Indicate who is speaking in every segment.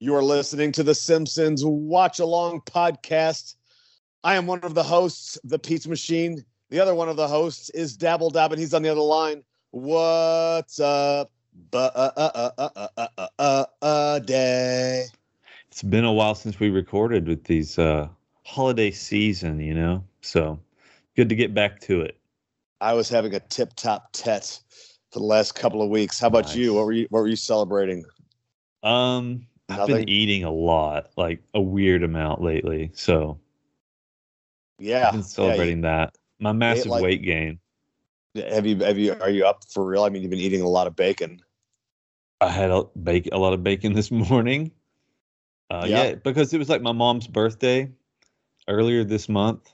Speaker 1: You are listening to the Simpsons Watch Along podcast. I am one of the hosts, the Pizza Machine. The other one of the hosts is Dabble Dab, and he's on the other line. What's up? But uh uh uh uh uh uh uh uh day.
Speaker 2: It's been a while since we recorded with these uh, holiday season, you know. So good to get back to it.
Speaker 1: I was having a tip top tet for the last couple of weeks. How about
Speaker 2: Nice.
Speaker 1: you? What were you? What were you celebrating?
Speaker 2: Um, I've
Speaker 1: Nothing.
Speaker 2: been eating a lot, like a weird amount lately. So
Speaker 1: Yeah,
Speaker 2: I've been
Speaker 1: yeah, you-
Speaker 2: celebrating that. My massive
Speaker 1: like-
Speaker 2: weight gain.
Speaker 1: Have you have you are you up for real? I mean, you've been eating a lot of bacon.
Speaker 2: I had a bake a lot of bacon this morning. Uh,
Speaker 1: Yeah.
Speaker 2: yeah. because it was like my mom's birthday earlier this month,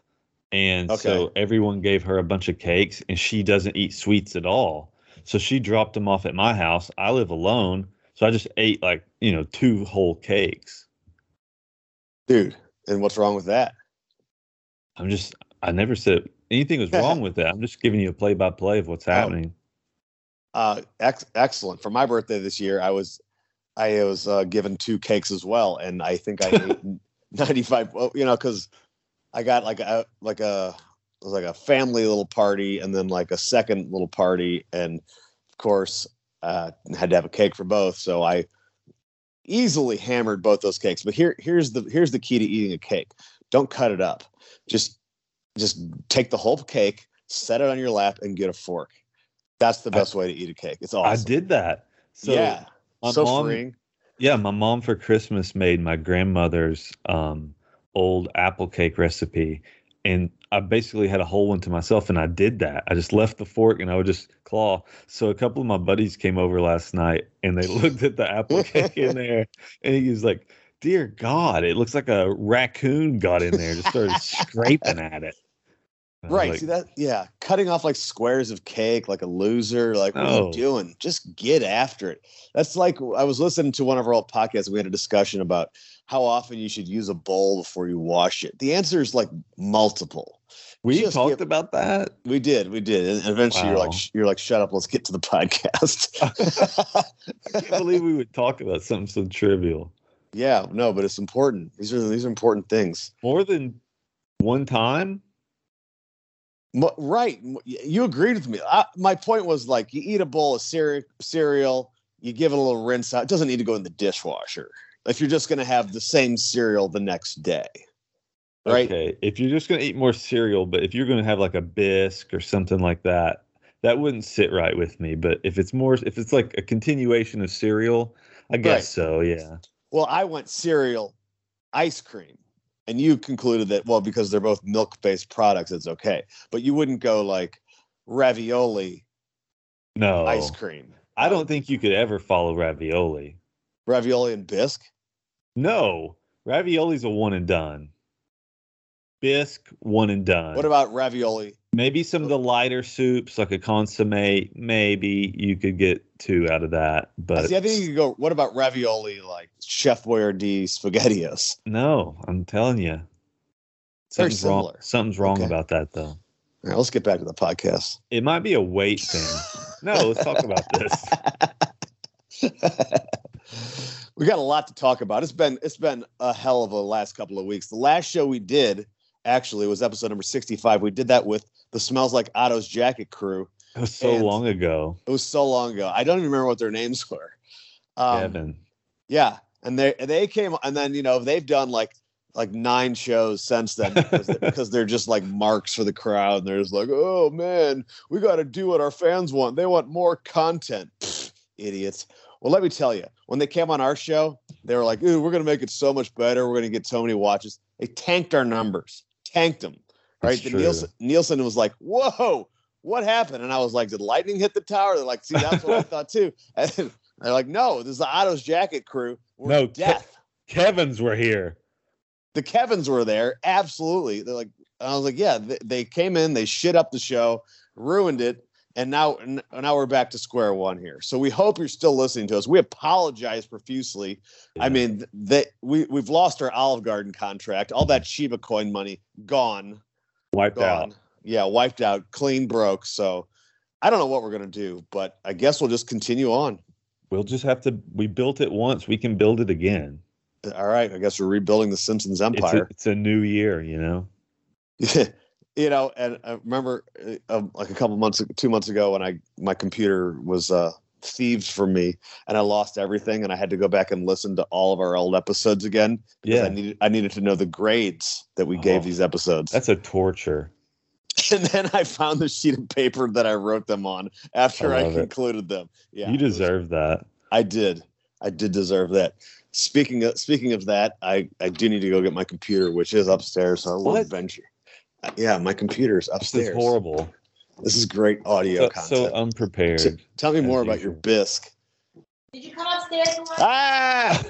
Speaker 2: and so everyone gave her a bunch of cakes, and she doesn't eat sweets at all. So she dropped them off at my house. I live alone, so I just ate like you know two whole cakes.
Speaker 1: Dude, and what's wrong with that?
Speaker 2: I'm just I never said anything was wrong with that. I'm just giving you a play by play of
Speaker 1: Oh,
Speaker 2: what's happening.
Speaker 1: Uh, ex- excellent. For my birthday this year, I was I was uh, given two cakes as well, and I think I ate ninety five. Well, you know, because I got like a like a it was like a family little party, and then like a second little party, and of course uh, had to have a cake for both. So I easily hammered both those cakes. But here here's the here's the key to eating a cake: don't cut it up. Just just take the whole cake, set it on your lap, and get a fork. That's the
Speaker 2: I-
Speaker 1: best way to eat a cake. It's awesome.
Speaker 2: I did that. So
Speaker 1: yeah,
Speaker 2: my
Speaker 1: so
Speaker 2: mom-
Speaker 1: freeing.
Speaker 2: Yeah, my mom for Christmas made my grandmother's um, old apple cake recipe, and I basically had a whole one to myself, and I did that. I just left the fork and I would just claw. So a couple of my buddies came over last night, and they looked at the apple cake in there, and he was like, "Dear God, it looks like a raccoon got in there, just started scraping at it." And I was
Speaker 1: Right.
Speaker 2: like,
Speaker 1: See that? Yeah. Cutting off like squares of cake, like a loser. Like, what are
Speaker 2: No.
Speaker 1: you doing? Just get after it. That's like, I was listening to one of our old podcasts. We had a discussion about how often you should use a bowl before you wash it. The answer is like multiple.
Speaker 2: we
Speaker 1: just
Speaker 2: talked
Speaker 1: give-
Speaker 2: about that.
Speaker 1: We did. We did. And eventually you're like,
Speaker 2: Wow.
Speaker 1: sh- you're like, shut up. Let's get to the podcast.
Speaker 2: I can't believe we would talk about something so trivial.
Speaker 1: yeah. No, but it's important. These are, these are important things.
Speaker 2: More than one time.
Speaker 1: Mo- Right. M- y- You agreed with me. I, my point was like you eat a bowl of cere- cereal, you give it a little rinse out. It doesn't need to go in the dishwasher if you're just going to have the same cereal the next day. Right?
Speaker 2: Okay. If you're just going to eat more cereal, but if you're going to have like a bisque or something like that, that wouldn't sit right with me. But if it's more, if it's like a continuation of cereal, I guess
Speaker 1: Right.
Speaker 2: so. Yeah.
Speaker 1: Well, I went cereal, ice cream. And you concluded that, well, because they're both milk based products, it's okay. But you wouldn't go like ravioli,
Speaker 2: No.
Speaker 1: ice cream,
Speaker 2: I don't think you could ever follow ravioli.
Speaker 1: ravioli and bisque.
Speaker 2: No. Ravioli's a one and done. Bisque, one and done.
Speaker 1: What about ravioli?
Speaker 2: maybe some of the lighter soups, like a consomme? Maybe you could get two out of that. But
Speaker 1: See, I think you could go, what about ravioli like Chef Boyardee spaghettios?
Speaker 2: No, I'm telling you.
Speaker 1: Very
Speaker 2: Something's wrong.
Speaker 1: similar.
Speaker 2: Something's wrong
Speaker 1: Okay.
Speaker 2: about that, though.
Speaker 1: All right, let's get back to the podcast.
Speaker 2: It might be a weight thing. no, let's talk about this.
Speaker 1: we got a lot to talk about. It's been it's been a hell of a last couple of weeks. The last show we did actually was episode number 65. We did that with the Smells Like Otto's Jacket crew.
Speaker 2: It was so
Speaker 1: And-
Speaker 2: long ago,
Speaker 1: It was so long ago. I don't even remember what their names were. Um,
Speaker 2: Kevin.
Speaker 1: Yeah, and they and they came and then you know they've done like like nine shows since then because, they, because they're just like marks for the crowd. And they're just like, oh man, we got to do what our fans want. They want more content, Pfft, idiots. Well, let me tell you, when they came on our show, they were like, ooh, we're gonna make it so much better. We're gonna get so many watches. They tanked our numbers, tanked them. Right?
Speaker 2: That's
Speaker 1: The
Speaker 2: true.
Speaker 1: Nielsen, Nielsen was like, whoa. What happened? And I was like, did lightning hit the tower? They're like, see, that's what I thought too. And they're like, no, this is the Otto's Jacket crew. We're
Speaker 2: No, Ke-
Speaker 1: death.
Speaker 2: Kevin's were here.
Speaker 1: the Kevins were there. Absolutely. They're like, and I was like, yeah, they, they came in, they shit up the show, ruined it. And now, n- now we're back to square one here. So we hope you're still listening to us. We apologize profusely. I
Speaker 2: Yeah.
Speaker 1: mean, th- they, we, we've lost our Olive Garden contract. All that Shiba coin money gone,
Speaker 2: wiped
Speaker 1: gone.
Speaker 2: out.
Speaker 1: Yeah, wiped out, clean broke. So I don't know what we're going to do, but I guess we'll just continue on.
Speaker 2: We'll just have to. We built it once. We can build it again.
Speaker 1: all right, I guess we're rebuilding the Simpsons
Speaker 2: It's a,
Speaker 1: empire.
Speaker 2: it's a new year, you know.
Speaker 1: you know, and I remember uh, um, like a couple months, two months ago, when I my computer was uh, thieved from me, and I lost everything, and I had to go back and listen to all of our old episodes again because I
Speaker 2: Yeah,
Speaker 1: needed I needed to know the grades that we gave
Speaker 2: Oh.
Speaker 1: these episodes.
Speaker 2: that's a torture.
Speaker 1: and then I found the sheet of paper that I wrote them on after
Speaker 2: I
Speaker 1: I,
Speaker 2: love it.
Speaker 1: concluded them. Yeah,
Speaker 2: you
Speaker 1: it was-
Speaker 2: deserve that.
Speaker 1: I did. I did deserve that. Speaking of speaking of that, I I do need to go get my computer, which is upstairs. So I will
Speaker 2: What?
Speaker 1: venture. Uh, Yeah, my computer's
Speaker 2: This is
Speaker 1: upstairs.
Speaker 2: horrible.
Speaker 1: This is great audio
Speaker 2: So,
Speaker 1: content.
Speaker 2: so unprepared.
Speaker 1: T- tell me
Speaker 2: as
Speaker 1: more about your
Speaker 2: usual.
Speaker 1: bisque.
Speaker 3: Did you come upstairs and watch?
Speaker 1: Ah,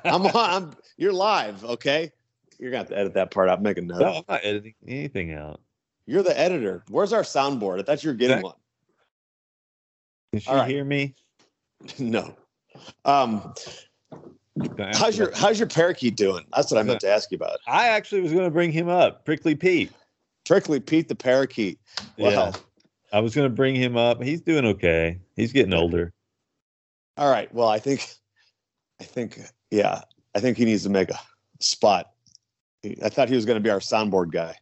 Speaker 1: I'm on. I'm, you're live. Okay, you're gonna have to edit that part out. Make a note.
Speaker 2: No, I'm not editing anything out.
Speaker 1: You're the editor. Where's our soundboard? I thought you were getting
Speaker 2: Zach?
Speaker 1: one.
Speaker 2: Can she
Speaker 1: All right.
Speaker 2: hear me?
Speaker 1: no. Um,
Speaker 2: Can I ask
Speaker 1: how's your
Speaker 2: about-
Speaker 1: how's your parakeet doing? That's what I meant to ask you about.
Speaker 2: I actually was going to bring him up, Prickly Pete.
Speaker 1: Prickly Pete the parakeet. Well,
Speaker 2: Yeah. I was going to bring him up. He's doing okay. He's getting older.
Speaker 1: All right. Well, I think, I think, yeah, I think he needs to make a spot. I thought he was going to be our soundboard guy.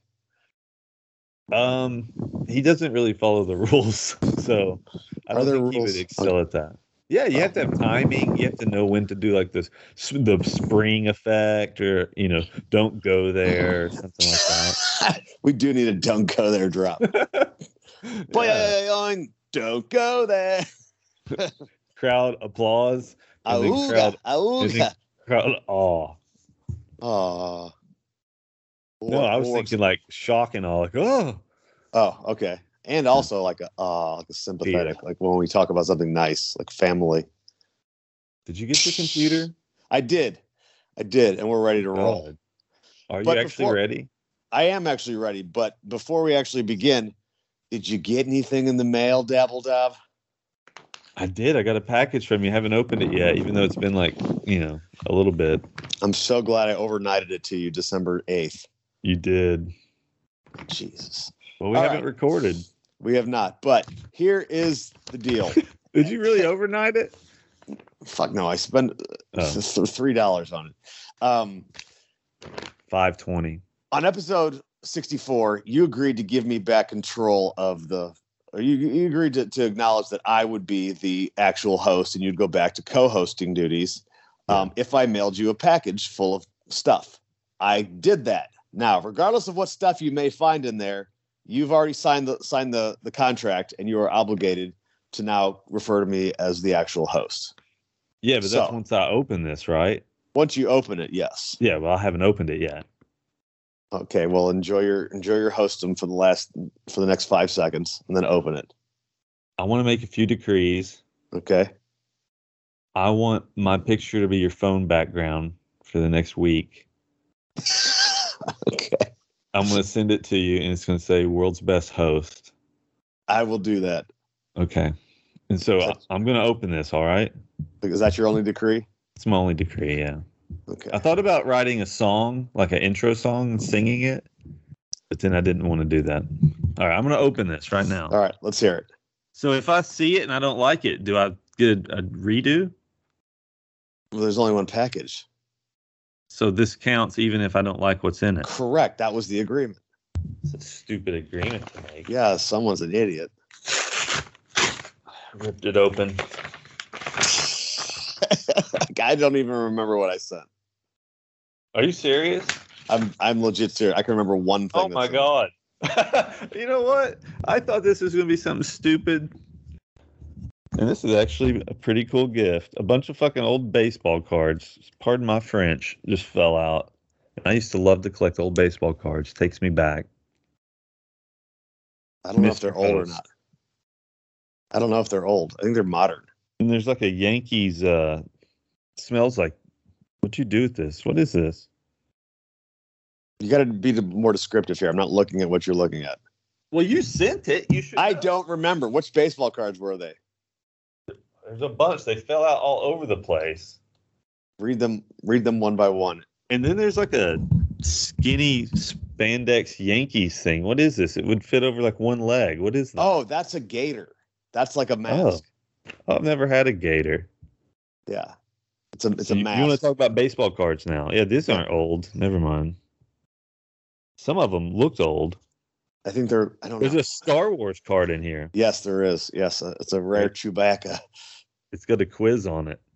Speaker 2: Um, he doesn't really follow the rules, so I
Speaker 1: Are
Speaker 2: don't
Speaker 1: there
Speaker 2: think he
Speaker 1: rules? Oh.
Speaker 2: would excel at that. Yeah, you have to have timing. You have to know when to do like this, s- the spring effect, or you know, don't go there, or something like that.
Speaker 1: we do need a don't go there drop. Play
Speaker 2: Yeah.
Speaker 1: on, don't go there.
Speaker 2: Crowd applause, And then
Speaker 1: Auga,
Speaker 2: crowd- and then
Speaker 1: auga.
Speaker 2: crowd awe.
Speaker 1: Oh.
Speaker 2: No, I was thinking like shock and awe, like oh,
Speaker 1: Oh, okay. And also like a uh, like a sympathetic, like when we talk about something nice, like family.
Speaker 2: did you get the computer?
Speaker 1: I did, I did, and we're ready to roll.
Speaker 2: God. Are
Speaker 1: But
Speaker 2: you actually
Speaker 1: before-
Speaker 2: ready?
Speaker 1: I am actually ready, but before we actually begin, did you get anything in the mail, Dabble Dab?
Speaker 2: I did. I got a package from you. Haven't opened it yet, even though it's been like you know a little bit.
Speaker 1: I'm so glad I overnighted it to you December 8th.
Speaker 2: You did.
Speaker 1: Jesus.
Speaker 2: Well, we
Speaker 1: All
Speaker 2: haven't
Speaker 1: right.
Speaker 2: recorded.
Speaker 1: We have not, but here is the deal.
Speaker 2: Did you really overnight it?
Speaker 1: Fuck no, I spent uh,
Speaker 2: Oh,
Speaker 1: th- $3 on it. Um,
Speaker 2: 520.
Speaker 1: on episode 64, you agreed to give me back control of the. Or you, you agreed to, to acknowledge that I would be the actual host and you'd go back to co hosting duties um, if I mailed you a package full of stuff. I did that. Now, regardless of what stuff you may find in there, you've already signed the, signed the, the contract and you are obligated to now refer to me as the actual host.
Speaker 2: Yeah, but that's
Speaker 1: So-
Speaker 2: once I open this, right?
Speaker 1: Once you open it, yes.
Speaker 2: Yeah, well, I haven't opened it yet.
Speaker 1: Okay, well enjoy your enjoy your hostum for the last for the next five seconds and then open it.
Speaker 2: I want to make a few decrees.
Speaker 1: Okay.
Speaker 2: I want my picture to be your phone background for the next week.
Speaker 1: okay.
Speaker 2: I'm going to send it to you, and it's going to say "World's Best Host."
Speaker 1: I will do that.
Speaker 2: Okay. And so I, I'm going to open this. All right.
Speaker 1: Is that your only decree?
Speaker 2: It's my only decree. Yeah.
Speaker 1: Okay.
Speaker 2: I thought about writing a song, like an intro song, and singing it, but then I didn't want to do that. All right, I'm going to open this right now.
Speaker 1: All right, let's hear it.
Speaker 2: So if I see it and I don't like it, do I get a redo?
Speaker 1: Well, there's only one package.
Speaker 2: So this counts even if I don't like what's in it.
Speaker 1: Correct. That was the agreement.
Speaker 2: It's a stupid agreement to make.
Speaker 1: Yeah, someone's an idiot.
Speaker 2: Ripped it open.
Speaker 1: Like, I don't even remember what I sent.
Speaker 2: Are you serious?
Speaker 1: I'm I'm legit serious. I can remember one thing.
Speaker 2: Oh my
Speaker 1: that's in
Speaker 2: god. you know what? I thought this was going to be something stupid. And this is actually a pretty cool gift. A bunch of fucking old baseball cards, pardon my French, just fell out. And I used to love to collect old baseball cards. Takes me back.
Speaker 1: there. I don't know if
Speaker 2: Mr.
Speaker 1: they're old or
Speaker 2: Post.
Speaker 1: not. I don't know if they're old. I think they're modern.
Speaker 2: And there's like a Yankees uh smells like what you do with this? What is this?
Speaker 1: You got to be the- more descriptive here. I'm not looking at what you're looking at.
Speaker 2: Well, you sent it. You should
Speaker 1: I don't remember which baseball cards were they.
Speaker 2: There's a bunch. They fell out all over the place.
Speaker 1: Read them. Read them one by one.
Speaker 2: And then there's like a skinny spandex Yankees thing. What is this? It would fit over like one leg. What is that?
Speaker 1: Oh, that's a
Speaker 2: Oh.
Speaker 1: gator. That's like a mask.
Speaker 2: I've never had a gator.
Speaker 1: Yeah. It's a it's a
Speaker 2: you,
Speaker 1: mask.
Speaker 2: want to talk about baseball cards now? Yeah, these aren't old. Never mind. Some of them looked old.
Speaker 1: I think they're. I don't
Speaker 2: There's
Speaker 1: know.
Speaker 2: a Star Wars card in here.
Speaker 1: yes, there is. Yes, uh, it's a rare
Speaker 2: Right.
Speaker 1: Chewbacca
Speaker 2: It's got a quiz on it.
Speaker 1: Oh,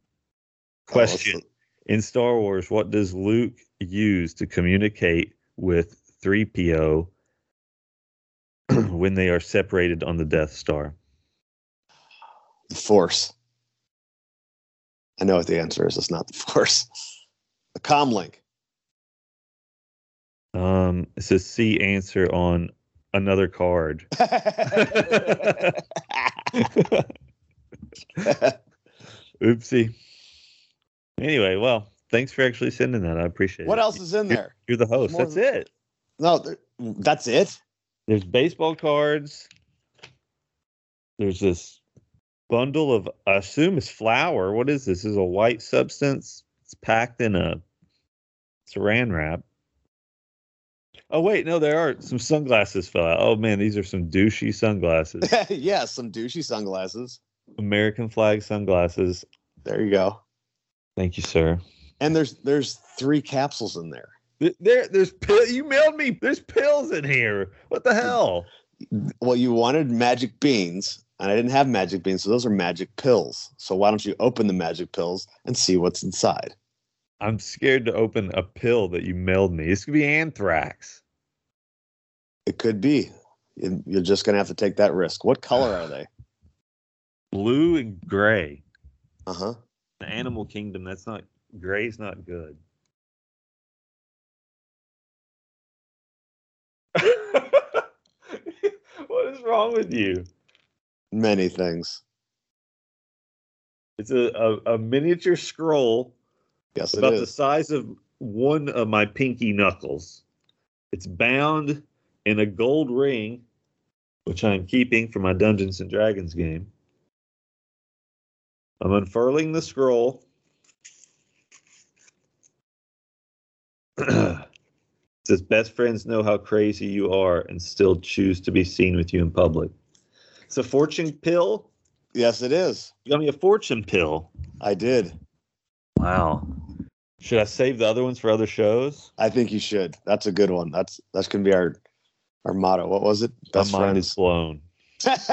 Speaker 1: it's
Speaker 2: Question: In Star Wars, what does Luke use to communicate with 3PO when they are separated on the Death Star?
Speaker 1: the Force. I know what the answer is. It's not the Force. A comlink.
Speaker 2: Um, it says C answer on another card. Oopsie. Anyway, well, thanks for actually sending that. I appreciate it.
Speaker 1: what else is in there?
Speaker 2: You're the host.
Speaker 1: More
Speaker 2: That's
Speaker 1: than-
Speaker 2: it.
Speaker 1: No, there- that's it.
Speaker 2: There's baseball cards. There's this bundle of I assume it's flour. What is this? this is a white substance. It's packed in a saran wrap. Oh wait, no, there are some sunglasses fell out. Oh man, these are some douchey sunglasses.
Speaker 1: yeah, some douchey sunglasses.
Speaker 2: American flag sunglasses.
Speaker 1: There you go.
Speaker 2: Thank you, sir.
Speaker 1: And there's there's three capsules in there.
Speaker 2: Th- There, there's pill. You mailed me. There's pills in here. What the hell?
Speaker 1: Well, you wanted magic beans, and I didn't have magic beans, so those are magic pills. So why don't you open the magic pills and see what's inside?
Speaker 2: I'm scared to open a pill that you mailed me. This could be anthrax.
Speaker 1: It could be. You- You're just gonna have to take that risk. What color are they?
Speaker 2: Blue and gray.
Speaker 1: Uh huh.
Speaker 2: The animal kingdom. That's not gray's not good. what is wrong with you?
Speaker 1: Many things.
Speaker 2: It's a, a, a miniature scroll
Speaker 1: Yes, it
Speaker 2: about the
Speaker 1: is.
Speaker 2: size of one of my pinky knuckles. It's bound in a gold ring, which I'm keeping for my Dungeons and Dragons game. I'm unfurling the scroll. it says, Best friends know how crazy you are and still choose to be seen with you in public. It's a fortune pill.
Speaker 1: Yes, it is.
Speaker 2: You got me a fortune pill.
Speaker 1: I did.
Speaker 2: Wow. Should I save the other ones for other shows?
Speaker 1: I think you should. That's a good one. That's that's gonna be our our motto. What was it?
Speaker 2: My mind is blown.
Speaker 1: friends.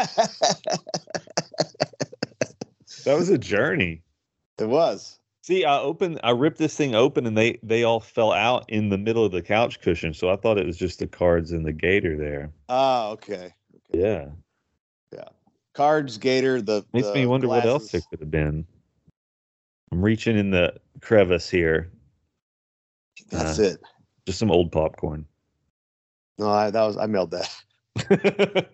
Speaker 2: That was a journey.
Speaker 1: it was.
Speaker 2: See, I opened, I ripped this thing open, and they they all fell out in the middle of the couch cushion. So I thought it was just the cards and the gator there.
Speaker 1: Oh, okay.
Speaker 2: Yeah,
Speaker 1: Cards, Gator. The
Speaker 2: makes
Speaker 1: the
Speaker 2: me wonder what else it
Speaker 1: glasses.
Speaker 2: could have been. I'm reaching in the crevice here.
Speaker 1: That's
Speaker 2: uh,
Speaker 1: it.
Speaker 2: Just some old popcorn.
Speaker 1: No, I, that was I mailed that.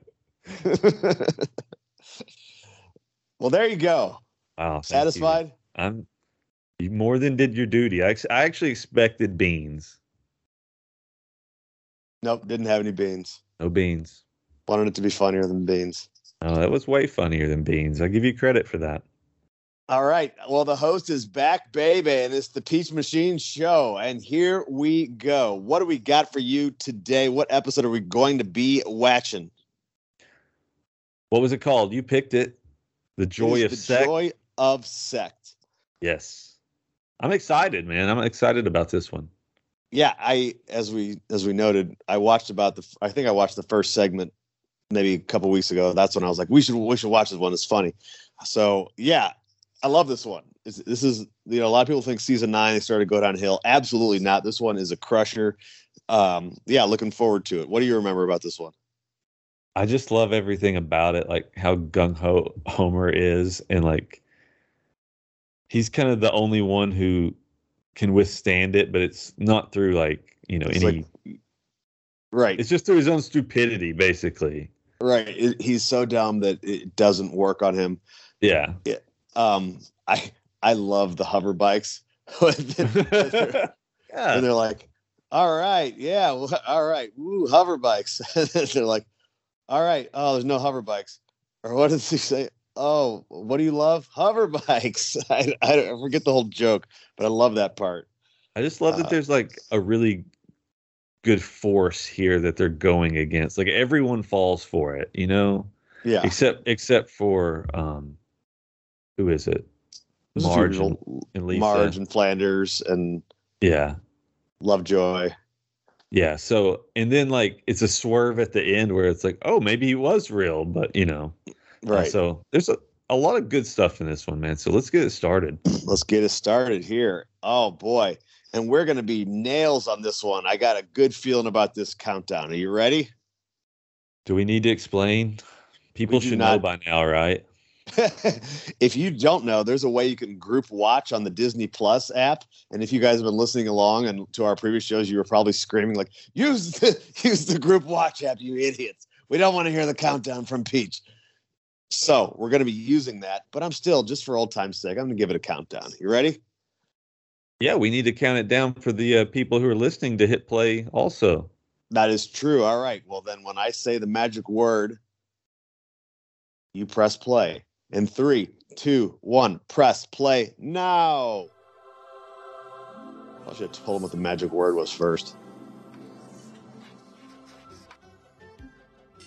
Speaker 1: well, there you go.
Speaker 2: wow. thank you.
Speaker 1: Satisfied?
Speaker 2: I'm. You more than did your duty. I, ex- I actually expected beans.
Speaker 1: Nope, didn't have any beans.
Speaker 2: No beans.
Speaker 1: Wanted it to be funnier than beans.
Speaker 2: Oh, that was way funnier than beans. I give you credit for that.
Speaker 1: All right. Well, the host is back, baby, and it's the Peach Machine Show. And here we go. What do we got for you today? What episode are we going to be watching?
Speaker 2: What was it called? You picked it. The
Speaker 1: It
Speaker 2: joy
Speaker 1: is
Speaker 2: of
Speaker 1: the
Speaker 2: sex.
Speaker 1: Joy of sect.
Speaker 2: Yes. I'm excited, man. I'm excited about this one.
Speaker 1: Yeah, I as we as we noted, I watched about the. I think I watched the first segment maybe a couple weeks ago. That's when I was like, we should we should watch this one. It's funny. So yeah, I love this one. It's, this is you know a lot of people think season nine they started to go downhill. Absolutely not. This one is a crusher. Um, yeah, looking forward to it. What do you remember about this one?
Speaker 2: I just love everything about it, like how gung ho Homer is, and like he's kind of the only one who can withstand it, but it's not through like you know
Speaker 1: It's
Speaker 2: any.
Speaker 1: Right,
Speaker 2: it's just through his own stupidity, basically.
Speaker 1: right. It, he's so dumb that it doesn't work on him.
Speaker 2: Yeah.
Speaker 1: Um, I I love the hover bikes.
Speaker 2: yeah.
Speaker 1: and they're like, "All right, yeah, well, all right, woo, hover bikes." they're like, "All right, oh, there's no hover bikes." Or what does he say? Oh, what do you love? Hover bikes. I, I don't- I forget the whole joke, but I love that part.
Speaker 2: I just love
Speaker 1: Uh,
Speaker 2: that there's like a really good force here that they're going against. Like everyone falls for it, you know,
Speaker 1: Yeah,
Speaker 2: except except for um, who is it?
Speaker 1: Just
Speaker 2: Marge and,
Speaker 1: usual
Speaker 2: and Lisa.
Speaker 1: Marge and Flanders and
Speaker 2: Yeah.
Speaker 1: Lovejoy.
Speaker 2: Yeah. So, and then like it's a swerve at the end where it's like, oh, maybe he was real, but you know. And
Speaker 1: Right.
Speaker 2: So there's a, a lot of good stuff in this one, man. So let's get it started.
Speaker 1: Let's get it started here. Oh boy. And we're gonna be nails on this one. I got a good feeling about this countdown. Are you ready?
Speaker 2: Do we need to explain? People
Speaker 1: do
Speaker 2: should know
Speaker 1: not-
Speaker 2: by now, right?
Speaker 1: if you don't know, there's a way you can group watch on the Disney Plus app. And if you guys have been listening along and to our previous shows, you were probably screaming like, "Use the use the group watch app, you idiots! We don't want to hear the countdown from Peach." So we're going to be using that. But I'm still just for old times' sake, I'm going to give it a countdown. You ready?
Speaker 2: Yeah, we need to count it down for the uh, people who are listening to hit play also.
Speaker 1: That is true. All right. Well, then when I say the magic word, you press play. In three, two, one, press play now. I should have told him what the magic word was first.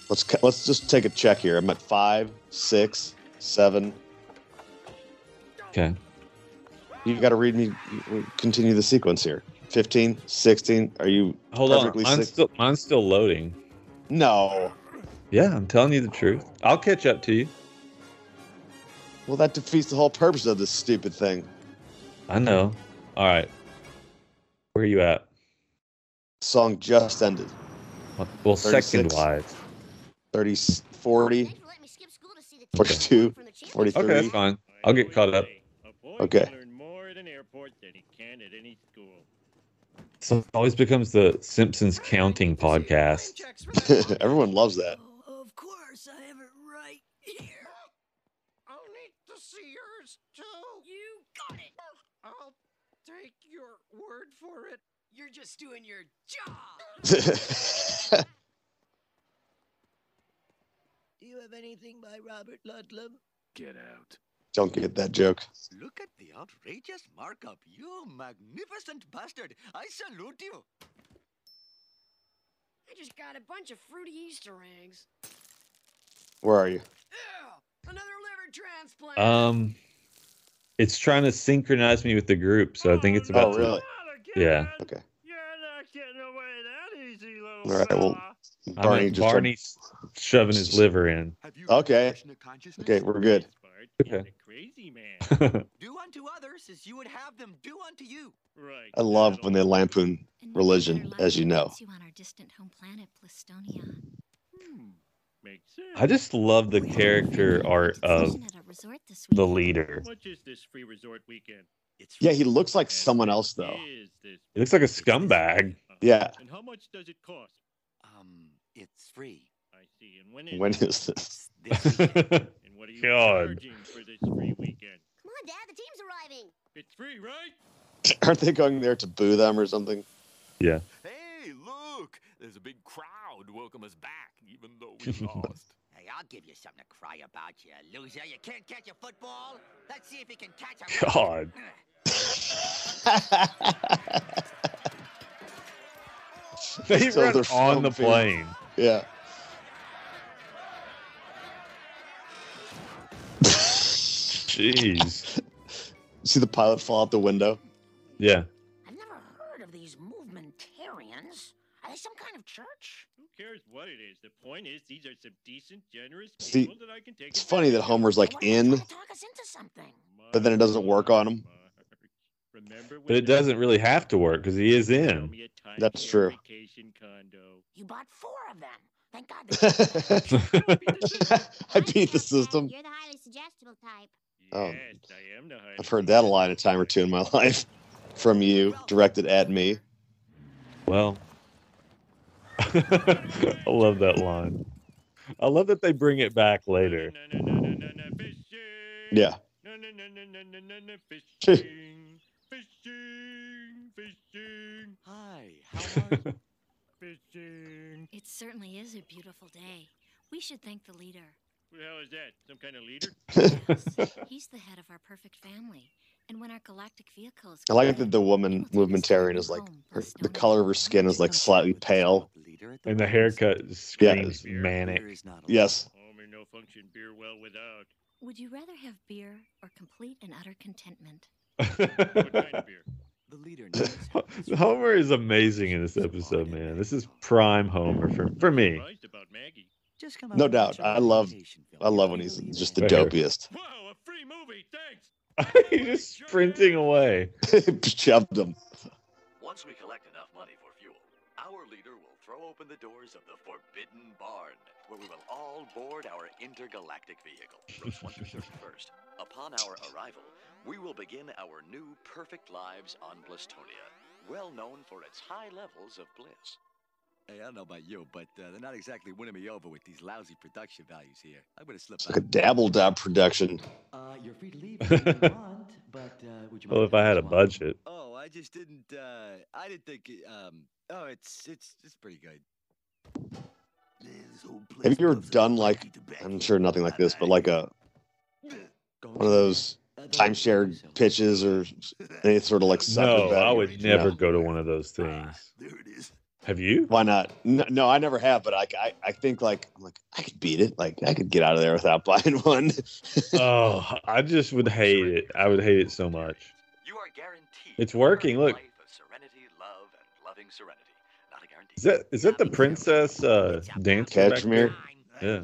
Speaker 1: Let's ca- let's just take a check here. I'm at five, six, seven.
Speaker 2: Okay.
Speaker 1: You got to read me. Continue the sequence here. 15, 16. Are you?
Speaker 2: Hold
Speaker 1: Perfectly
Speaker 2: on. Mine's
Speaker 1: sick.
Speaker 2: still, mine's still loading.
Speaker 1: No.
Speaker 2: Yeah, I'm telling you the truth. I'll catch up to you.
Speaker 1: Well, that defeats the whole purpose of this stupid thing.
Speaker 2: I know. All right. Where are you at?
Speaker 1: song just ended
Speaker 2: Well,
Speaker 1: 36.
Speaker 2: second wise.
Speaker 1: 30 40 42
Speaker 2: Okay,
Speaker 1: 43.
Speaker 2: that's fine. I'll get caught up.
Speaker 1: Okay.
Speaker 2: So it always becomes the Simpsons counting podcast.
Speaker 1: everyone loves that
Speaker 4: Oh, Of course, I have it right here.
Speaker 5: I'll need to see yours too.
Speaker 4: You got it.
Speaker 5: I'll take your word for it.
Speaker 4: You're just doing your job. Do you have anything by Robert Ludlum?
Speaker 5: Get out.
Speaker 1: don't get that joke
Speaker 6: Look at the outrageous markup. You magnificent bastard. I salute you.
Speaker 4: I just got a bunch of fruity Easter eggs.
Speaker 1: where are you
Speaker 4: Ew! Another liver transplant.
Speaker 2: Um, it's trying to synchronize me with the group, so I think it's
Speaker 1: Oh,
Speaker 2: about. to-
Speaker 1: really?
Speaker 2: Yeah.
Speaker 1: Okay.
Speaker 5: You're not getting away that easy, little
Speaker 1: All right, well,
Speaker 5: fella.
Speaker 2: I mean,
Speaker 1: barney just tried-
Speaker 2: Barney's shoving his liver in.
Speaker 6: Have you
Speaker 1: Okay.
Speaker 6: reached the consciousness?
Speaker 1: okay we're good
Speaker 5: Bart,
Speaker 2: Okay.
Speaker 5: he's a crazy man.
Speaker 6: Do unto others as you would have them do unto you.
Speaker 5: right.
Speaker 1: i love
Speaker 5: that'll-
Speaker 1: when they lampoon religion, as you know.
Speaker 3: You on our distant home planet, Blistonia.
Speaker 5: Hmm, Makes sense.
Speaker 2: I just love the
Speaker 3: We had a
Speaker 2: character
Speaker 3: family
Speaker 2: art of
Speaker 3: vacation at a resort this
Speaker 2: the
Speaker 3: weekend.
Speaker 2: leader.
Speaker 5: What is this free resort weekend?
Speaker 6: It's
Speaker 1: yeah he looks like someone else though
Speaker 5: Is this
Speaker 2: He looks like a
Speaker 5: weekend?
Speaker 2: scumbag.
Speaker 1: Yeah.
Speaker 5: And how much does it cost?
Speaker 6: um it's free.
Speaker 5: I see. And when is
Speaker 1: when
Speaker 5: it?
Speaker 1: is this
Speaker 6: It's this weekend.
Speaker 5: And what are you
Speaker 2: God.
Speaker 5: charging for this free weekend?
Speaker 7: Come on, Dad, the team's arriving.
Speaker 5: It's free, right?
Speaker 1: aren't they going there to boo them or something
Speaker 6: hey, look. There's a big crowd welcome us back even though we lost.
Speaker 8: Hey, I'll give you something to cry about, you loser. You can't catch a football? Let's see if you can catch a
Speaker 2: God. They
Speaker 1: So
Speaker 2: run
Speaker 1: they're
Speaker 2: on the
Speaker 1: filming.
Speaker 2: plane.
Speaker 1: yeah
Speaker 2: Jeez.
Speaker 1: see the pilot fall out the window
Speaker 2: Yeah.
Speaker 8: I've never heard of these movementarians. Are they some kind of church?
Speaker 5: Who cares what it is? The point is, these are some decent, generous
Speaker 1: See,
Speaker 5: people that I can take.
Speaker 1: it's funny that
Speaker 5: advantage of.
Speaker 1: homer's like
Speaker 8: Why don't you
Speaker 1: in
Speaker 8: try to talk us into something.
Speaker 1: but then it doesn't work on him.
Speaker 5: Remember when
Speaker 2: But it doesn't really have to work because he is
Speaker 5: Tell
Speaker 2: in.
Speaker 5: me a time
Speaker 1: That's
Speaker 5: for a
Speaker 1: true.
Speaker 5: Vacation condo.
Speaker 8: You bought four of them. Thank God. They
Speaker 1: i beat the system
Speaker 7: You're the highly suggestible type.
Speaker 1: Oh.
Speaker 5: Yes, I am the highly
Speaker 1: i've heard that a line a time or two in my life from you directed at me
Speaker 2: Well, I love that line. I love that they bring it back later.
Speaker 5: No, no, no, no, no, no, fishing.
Speaker 1: yeah
Speaker 5: No, no, no, no, no, no, no, no, fishing. Fishing. Fishing.
Speaker 6: Hi, how are you?
Speaker 5: Fishing.
Speaker 3: It certainly is a beautiful day. We should thank the leader.
Speaker 5: Who the hell is that? Some kind of leader?
Speaker 3: Yes, He's the head of our perfect family. And when our galactic vehicle is
Speaker 1: I like
Speaker 3: complete,
Speaker 1: that the
Speaker 3: he will
Speaker 1: woman
Speaker 3: take us
Speaker 1: movementarian
Speaker 3: safely
Speaker 1: is like
Speaker 3: home,
Speaker 1: her, the
Speaker 3: Blistonia.
Speaker 1: color of her skin is like
Speaker 6: Come
Speaker 1: slightly
Speaker 6: with the
Speaker 1: pale.
Speaker 6: club leader at the
Speaker 2: And the
Speaker 6: Bronx.
Speaker 2: haircut
Speaker 1: Yeah.
Speaker 2: screams manic.
Speaker 6: Leader is not
Speaker 1: Yes.
Speaker 5: Homer no function beer well without.
Speaker 9: Would you rather have beer or complete and utter contentment?
Speaker 5: What kind of beer?
Speaker 10: The leader knows how this
Speaker 2: Homer is amazing in this episode, man. This is prime Homer for for me.
Speaker 5: Surprised about Maggie.
Speaker 4: Just come
Speaker 1: No
Speaker 4: up with
Speaker 1: doubt.
Speaker 4: such a
Speaker 1: I love-
Speaker 4: presentation, Phil.
Speaker 1: I love when
Speaker 4: You
Speaker 1: he's
Speaker 4: really
Speaker 1: just the
Speaker 4: will.
Speaker 2: Right here.
Speaker 1: dopiest.
Speaker 5: Wow, a free movie. Thanks.
Speaker 2: He's just sprinting away.
Speaker 1: Shoved him.
Speaker 11: Once we collect enough money for fuel, our leader will throw open the doors of the Forbidden Barn, where we will all board our intergalactic vehicle. Routes 1 through 31st. Upon our arrival, we will begin our new perfect lives on Blistonia, well known for its high levels of bliss.
Speaker 4: Hey, I don't know about you, but uh, they're not exactly winning me over with these lousy production values here. I'm gonna slip
Speaker 1: It's like a dabble dab production.
Speaker 4: Uh, you're free to leave if you want, but uh, would you mind
Speaker 2: Well, if I had a
Speaker 4: just one?
Speaker 2: budget,
Speaker 4: Oh, I just didn't. uh I didn't think. it- Um. Oh, it's it's it's pretty good.
Speaker 1: Have you ever done like I'm sure nothing like this, but like a one of those timeshare pitches or any sort of like sucker
Speaker 2: no,
Speaker 1: bet?
Speaker 2: I would never
Speaker 1: No.
Speaker 2: go to one of those things.
Speaker 11: There it is.
Speaker 2: Have you?
Speaker 1: Why not? No, no, I never have, but I, I, I think like I'm like I could beat it. Like I could get out of there without buying one.
Speaker 2: Oh, I just would hate it. I would hate it so much.
Speaker 11: You are guaranteed.
Speaker 2: It's working,
Speaker 11: a
Speaker 2: look.
Speaker 11: Life of serenity, love, and loving serenity. Not a guarantee.
Speaker 2: Is that is that the princess uh dance? back
Speaker 1: Cashmere?
Speaker 2: there?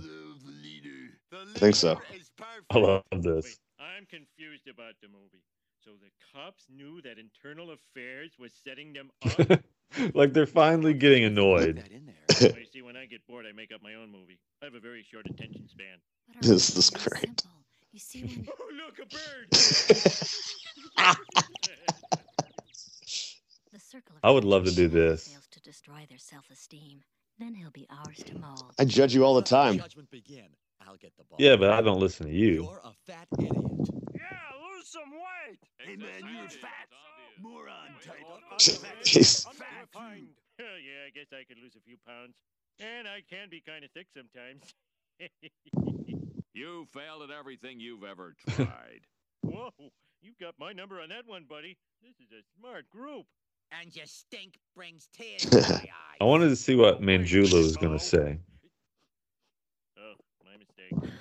Speaker 2: Yeah.
Speaker 1: I think so.
Speaker 2: I love this.
Speaker 5: Wait, I'm confused about the movie. So the cops knew that internal affairs was setting them up.
Speaker 2: like they're finally getting
Speaker 4: Leave
Speaker 2: annoyed.
Speaker 4: that in there.
Speaker 5: Well, you see, when I get bored, I make up my own movie. I have a very short attention span.
Speaker 9: But our
Speaker 1: This
Speaker 9: life
Speaker 1: is
Speaker 9: so
Speaker 1: great.
Speaker 9: simple. You see one
Speaker 5: Oh, look, a bird!
Speaker 9: The circle of
Speaker 2: I would love to
Speaker 9: friendship
Speaker 2: do this.
Speaker 9: fails to destroy their self-esteem. Then he'll be ours to mold.
Speaker 1: I judge you all the
Speaker 4: Let
Speaker 1: time.
Speaker 4: judgment begin. I'll get the ball.
Speaker 2: Yeah, but I don't listen to you.
Speaker 4: You're a fat idiot.
Speaker 5: yeah, lose some weight!
Speaker 11: Hey, man, you're fat. Moron type of.
Speaker 1: Jeez.
Speaker 5: yeah, I guess I could lose a few pounds. And I can be kind of thick sometimes.
Speaker 10: You failed at everything you've ever tried.
Speaker 5: Whoa, you got my number on that one, buddy. This is a smart group.
Speaker 4: And your stink brings tears
Speaker 1: to my
Speaker 2: I wanted to see what Manjula was gonna say.
Speaker 5: Oh, my mistake.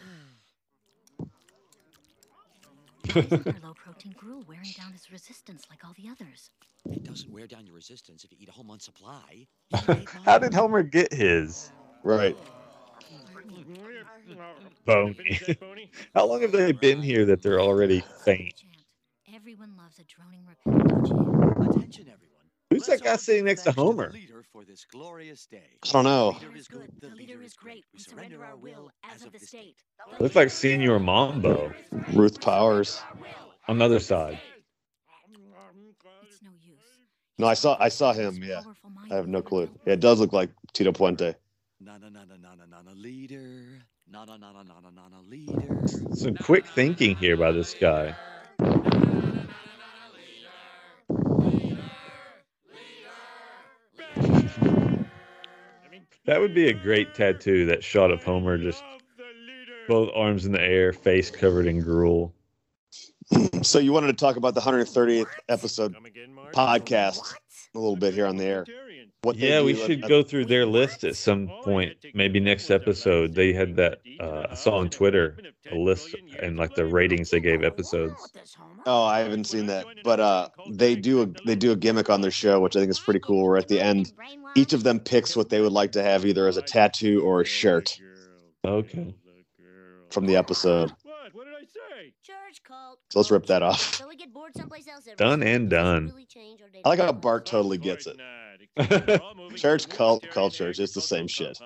Speaker 9: Why isn't our low-protein gruel wearing down his resistance like all the others?
Speaker 4: It doesn't wear down your resistance if you eat a whole month's supply.
Speaker 2: How did Homer get his?
Speaker 1: Right.
Speaker 2: Bony.
Speaker 5: Finish that, Bony?
Speaker 2: How long have they been here that they're already faint?
Speaker 9: Chant. Everyone loves a droning repetitive chant.
Speaker 4: Attention, everyone.
Speaker 2: Who's that
Speaker 4: Let's
Speaker 2: guy
Speaker 4: offer
Speaker 2: sitting next to
Speaker 4: thanks the
Speaker 2: Homer? Oh.
Speaker 4: leader for this glorious day.
Speaker 1: I don't know.
Speaker 4: Leader is good, the leader is great. We surrender our will as of this date.
Speaker 2: Looks like Senior Mambo
Speaker 1: Ruth Powers.
Speaker 2: on the other side.
Speaker 9: It's no use.
Speaker 1: No, I saw I saw him. Yeah, I have no clue. Yeah, it does look like Tito Puente.
Speaker 4: Na na na na na na na na leader. Na na na na na na na na leader.
Speaker 2: Some quick thinking here by this guy.
Speaker 5: I mean,
Speaker 2: That would be a great tattoo. That shot of Homer just
Speaker 5: love the leader.
Speaker 2: both arms in the air, face covered in gruel.
Speaker 1: So you wanted to talk about the 130th episode
Speaker 5: Come again, Mark?
Speaker 1: podcast a little bit here on the air. What they
Speaker 2: Yeah, we
Speaker 1: do at-
Speaker 2: should
Speaker 1: at-
Speaker 2: go through their list at some point. Maybe next episode. They had that uh, I saw on Twitter a list and like the ratings they gave episodes.
Speaker 1: Oh, I haven't seen that, but uh, they do a they do a gimmick on their show, which I think is pretty cool. Where at the end, each of them picks what they would like to have either as a tattoo or a shirt
Speaker 2: Okay.
Speaker 1: from the episode.
Speaker 5: What? What did I say?
Speaker 3: Church cult.
Speaker 1: So let's rip
Speaker 3: cult.
Speaker 1: that off.
Speaker 3: Till we get bored someplace else. every
Speaker 2: Done
Speaker 3: time.
Speaker 2: and
Speaker 3: Doesn't
Speaker 2: done.
Speaker 3: really change our
Speaker 1: I like how
Speaker 3: day-to-day
Speaker 1: Bart
Speaker 3: life.
Speaker 1: totally gets it.
Speaker 5: it.
Speaker 1: Church cult- culture, just the same shit.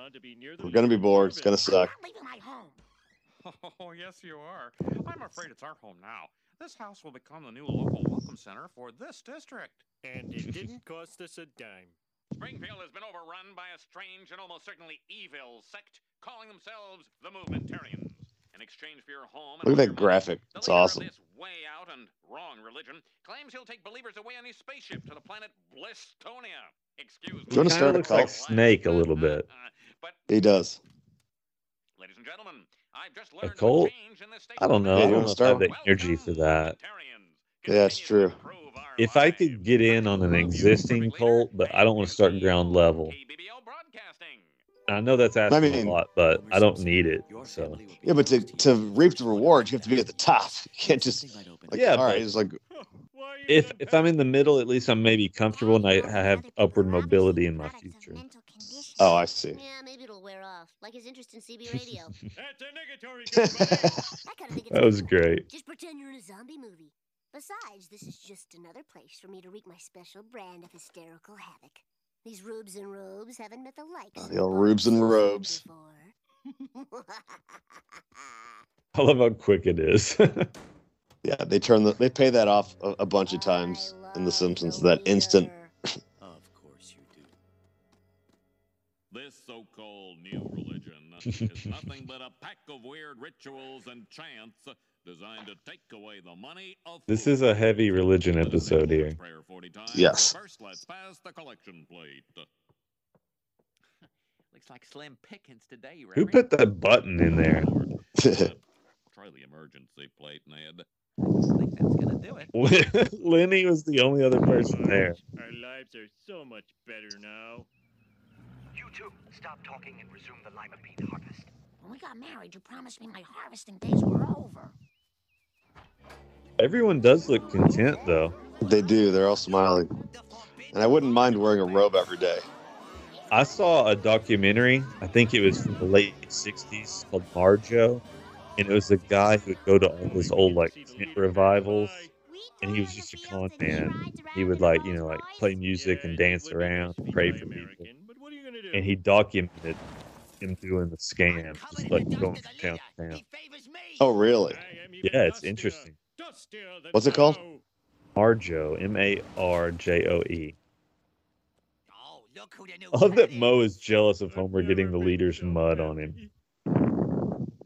Speaker 1: We're gonna be bored. It's gonna suck.
Speaker 3: I'm leaving my home.
Speaker 5: Oh, yes, you are.
Speaker 6: I'm afraid it's our home now. This house will become the new local welcome center for this district.
Speaker 5: And it didn't cost us a dime.
Speaker 6: Springfield has been overrun by a strange and almost certainly evil sect calling themselves the Movementarians. In exchange for your home, and
Speaker 1: Look at
Speaker 6: all your
Speaker 1: that
Speaker 6: money,
Speaker 1: graphic.
Speaker 6: the
Speaker 1: It's
Speaker 6: leader of
Speaker 1: awesome.
Speaker 6: This way out and wrong religion claims he'll take believers away on his spaceship to the planet Blistonia. Excuse me.
Speaker 1: you wanna
Speaker 2: Kinda
Speaker 1: start a
Speaker 2: looks like
Speaker 1: cult?
Speaker 2: Snake a little bit.
Speaker 6: But
Speaker 1: He does.
Speaker 6: Ladies and gentlemen, I've just learned of
Speaker 2: cult?
Speaker 6: change in this state
Speaker 2: I don't know.
Speaker 1: Yeah,
Speaker 2: I
Speaker 1: you
Speaker 2: don't
Speaker 1: wanna
Speaker 2: know if I
Speaker 1: start
Speaker 2: have the
Speaker 1: one?
Speaker 2: energy for that.
Speaker 1: Yeah, it's true.
Speaker 2: If I could get in on an existing cult, but I don't want to start ground level. I know that's asking
Speaker 1: mean-
Speaker 2: a lot, but I don't need it. So
Speaker 1: Yeah, but to, to reap the rewards, you have to be at the top. You can't just like,
Speaker 2: Yeah,
Speaker 1: all right,
Speaker 2: but-
Speaker 1: it's like
Speaker 5: Why you
Speaker 2: if
Speaker 5: done
Speaker 2: if I'm in the middle, at least I'm maybe comfortable and I, I have upward mobility in my future.
Speaker 1: oh, I see.
Speaker 3: Yeah, maybe it'll wear off. Like his interest in CB radio.
Speaker 5: pa- That's a negatory. Goodbye.
Speaker 3: I kind of think it's
Speaker 2: That was
Speaker 3: cool.
Speaker 2: great.
Speaker 3: Just pretend you're in a zombie movie. Besides, this is just another place for me to wreak my special brand of hysterical havoc. These rubes and robes haven't met the likes.
Speaker 1: Oh,
Speaker 3: of
Speaker 1: the old
Speaker 3: Barney
Speaker 1: rubes and
Speaker 3: Stinson
Speaker 1: robes.
Speaker 3: before.
Speaker 2: I love how quick it is.
Speaker 1: Yeah, they turn the they pay that off a, a bunch of times
Speaker 3: I
Speaker 1: in The
Speaker 3: love
Speaker 1: Simpsons. That instant.
Speaker 3: leader.
Speaker 11: Of course you do.
Speaker 6: This so called new religion is nothing but a pack of weird rituals and chants designed to take away the money of.
Speaker 2: This is a heavy religion episode here.
Speaker 1: Yes.
Speaker 6: First, let's pass the collection plate.
Speaker 4: Looks like slim pickings today,
Speaker 2: Who
Speaker 4: Reverend.
Speaker 2: put that button in there?
Speaker 6: Lord, Try the emergency plate, Ned.
Speaker 4: I think that's gonna do it.
Speaker 2: Lenny was the only other person there.
Speaker 5: Our lives are so much better now.
Speaker 12: You two, stop talking and resume the lima bean harvest.
Speaker 9: When we got married, you promised me my harvesting days were over.
Speaker 2: Everyone does look content though.
Speaker 1: they do. They're all smiling, and I wouldn't mind wearing a robe every day.
Speaker 2: I saw a documentary, I think it was from the late 60s called Marjo, and it was a guy who would go to all those old like tent revivals and he was just a con man. He would like, you know, like play music and dance around, and pray for people.
Speaker 5: But what are you gonna do?
Speaker 2: And he documented him doing the scam, just like going from town to town.
Speaker 1: Oh, really?
Speaker 5: I am even
Speaker 2: Yeah, it's
Speaker 5: dustier-
Speaker 2: interesting.
Speaker 5: dustier than
Speaker 1: What's it called?
Speaker 5: thou.
Speaker 2: Marjo, M A R J O E.
Speaker 4: Oh, look who the new
Speaker 2: I love that
Speaker 4: cat
Speaker 2: Mo
Speaker 4: is.
Speaker 2: is jealous of
Speaker 5: I've
Speaker 2: Homer getting
Speaker 5: never
Speaker 2: the
Speaker 5: been
Speaker 2: leader's
Speaker 5: so
Speaker 2: mud on him.
Speaker 5: happy.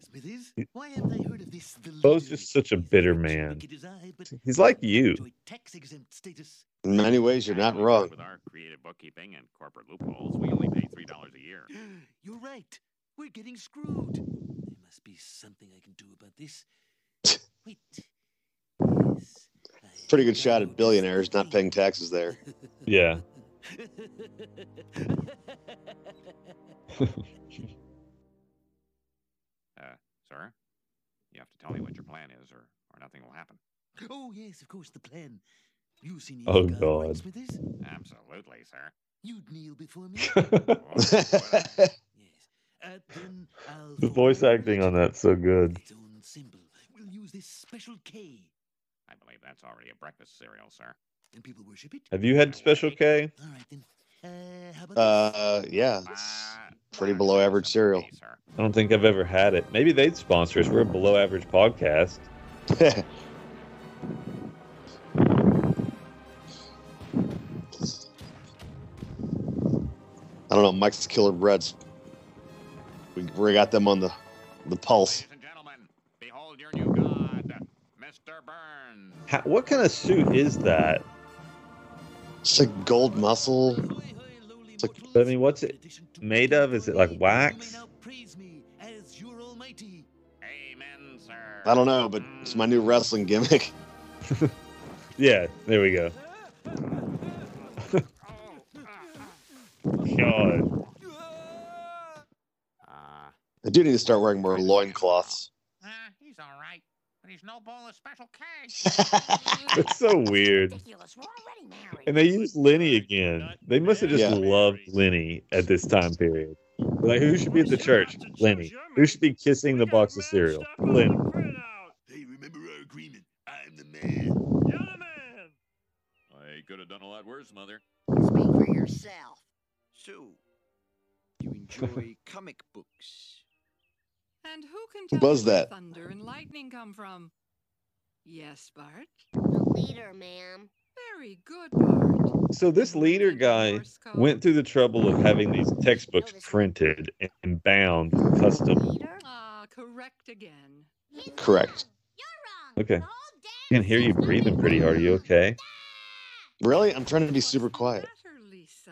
Speaker 12: Smithies, why haven't I heard of this? The
Speaker 2: Bo's
Speaker 12: leader
Speaker 2: just
Speaker 12: is-
Speaker 2: such a
Speaker 12: is
Speaker 2: bitter
Speaker 12: rich,
Speaker 2: man.
Speaker 12: wicked as I, but
Speaker 2: He's like you.
Speaker 12: enjoyed tax-exempt status.
Speaker 1: In many ways, you're not wrong.
Speaker 6: With our creative bookkeeping and corporate loopholes, we only pay three dollars a year.
Speaker 12: You're right. We're getting screwed. There must be something I can do about this. Wait. Yes, I
Speaker 1: Pretty
Speaker 12: think
Speaker 1: good
Speaker 12: I
Speaker 1: shot
Speaker 12: know
Speaker 1: at
Speaker 12: just
Speaker 1: billionaires
Speaker 12: the
Speaker 1: not
Speaker 12: thing.
Speaker 1: paying taxes there.
Speaker 2: Yeah.
Speaker 6: Sir, you have to tell me what your plan is, or, or nothing will happen.
Speaker 12: oh yes, of course, the plan. You seen
Speaker 2: Oh,
Speaker 12: Edgar Wright,
Speaker 2: God.
Speaker 12: Smithers?
Speaker 6: Absolutely, sir.
Speaker 12: You'd kneel before me.
Speaker 1: That's
Speaker 6: What?
Speaker 12: Yes. Uh, then I'll
Speaker 2: The voice acting on that's so good.
Speaker 12: Its own symbol. We'll use this special K,
Speaker 6: I believe that's already a breakfast cereal, sir.
Speaker 12: and people worship it.
Speaker 2: Have you had Special K?
Speaker 12: All right then. Uh, how about this?
Speaker 1: Uh, yeah.
Speaker 6: Uh,
Speaker 1: pretty
Speaker 6: uh,
Speaker 1: below
Speaker 6: that's
Speaker 1: average
Speaker 6: okay,
Speaker 1: cereal.
Speaker 6: sir.
Speaker 2: I don't think I've ever had it. Maybe they'd sponsor us. We're a below average podcast.
Speaker 1: I don't know. Mike's Killer Breads. We, we got them on the the pulse.
Speaker 6: Ladies and gentlemen, behold your new god, Mr. Burns.
Speaker 2: How, what kind of suit is that?
Speaker 1: It's like gold muscle.
Speaker 12: Ahoy, hoy, lowly
Speaker 1: It's like-
Speaker 12: mortals.
Speaker 2: I mean, what's
Speaker 12: In
Speaker 2: it
Speaker 12: addition to
Speaker 2: made
Speaker 12: prayer
Speaker 2: of? Is
Speaker 12: for
Speaker 2: it like
Speaker 12: me, you may
Speaker 2: wax?
Speaker 12: now praise me as your almighty.
Speaker 6: Amen, sir.
Speaker 1: I don't know, but it's my new wrestling gimmick.
Speaker 2: Yeah, there we go.
Speaker 6: Mm. Oh,
Speaker 2: God.
Speaker 6: Uh,
Speaker 1: I do need to start wearing more loincloths.
Speaker 6: eh, he's all right, but he's no bowl of special K.
Speaker 2: That's so weird.
Speaker 9: Ridiculous. We're already married.
Speaker 2: And they used Lenny again. They must have just
Speaker 1: Yeah.
Speaker 2: loved Lenny at this time period. Like, who should be at the church? Lenny. Who should be kissing the box of cereal? Lenny.
Speaker 12: Hey, remember our agreement. I'm the man.
Speaker 6: I could have done a lot worse, mother.
Speaker 4: Speak for yourself. So, you enjoy comic books?
Speaker 13: And who can
Speaker 1: Who
Speaker 13: tell
Speaker 1: was
Speaker 13: where
Speaker 1: that?
Speaker 13: thunder and lightning come from? Yes, Bart.
Speaker 3: The leader, ma'am.
Speaker 13: Very good, Bart.
Speaker 2: So this leader guy went through the trouble of having these textbooks printed and bound custom.
Speaker 3: Leader?
Speaker 13: Ah, correct again.
Speaker 3: He's
Speaker 1: Correct.
Speaker 3: wrong.
Speaker 2: Okay.
Speaker 3: The whole
Speaker 2: I
Speaker 3: damn
Speaker 2: can hear you
Speaker 3: system
Speaker 2: breathing
Speaker 3: is
Speaker 2: pretty hard. Are you
Speaker 3: wrong.
Speaker 2: okay?
Speaker 1: Really? I'm trying to be
Speaker 13: What's
Speaker 1: super
Speaker 13: the
Speaker 1: quiet.
Speaker 13: matter, Lisa?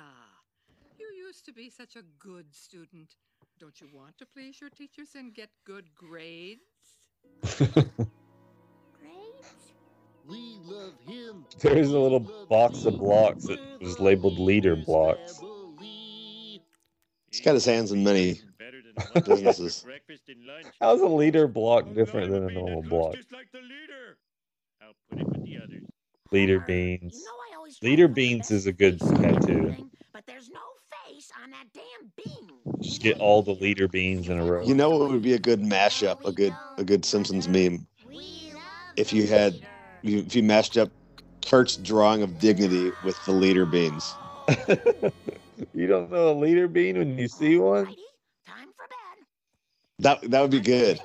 Speaker 13: You used to be such a good student. Don't you want to please your teachers and get good grades?
Speaker 3: Great.
Speaker 12: We love him.
Speaker 2: There is a little box of blocks that was labeled leader blocks.
Speaker 1: He's got his hands in many businesses.
Speaker 2: How's a leader block different than a normal block? Leader beans. Leader beans is a good tattoo. Just get all the leader beans in a row.
Speaker 1: You know what would be a good mashup, a good a good Simpsons meme? If you had you- if you mashed up Kurt's drawing of dignity with the leader beans.
Speaker 2: you don't know a leader bean when you see one.
Speaker 1: That that would be good.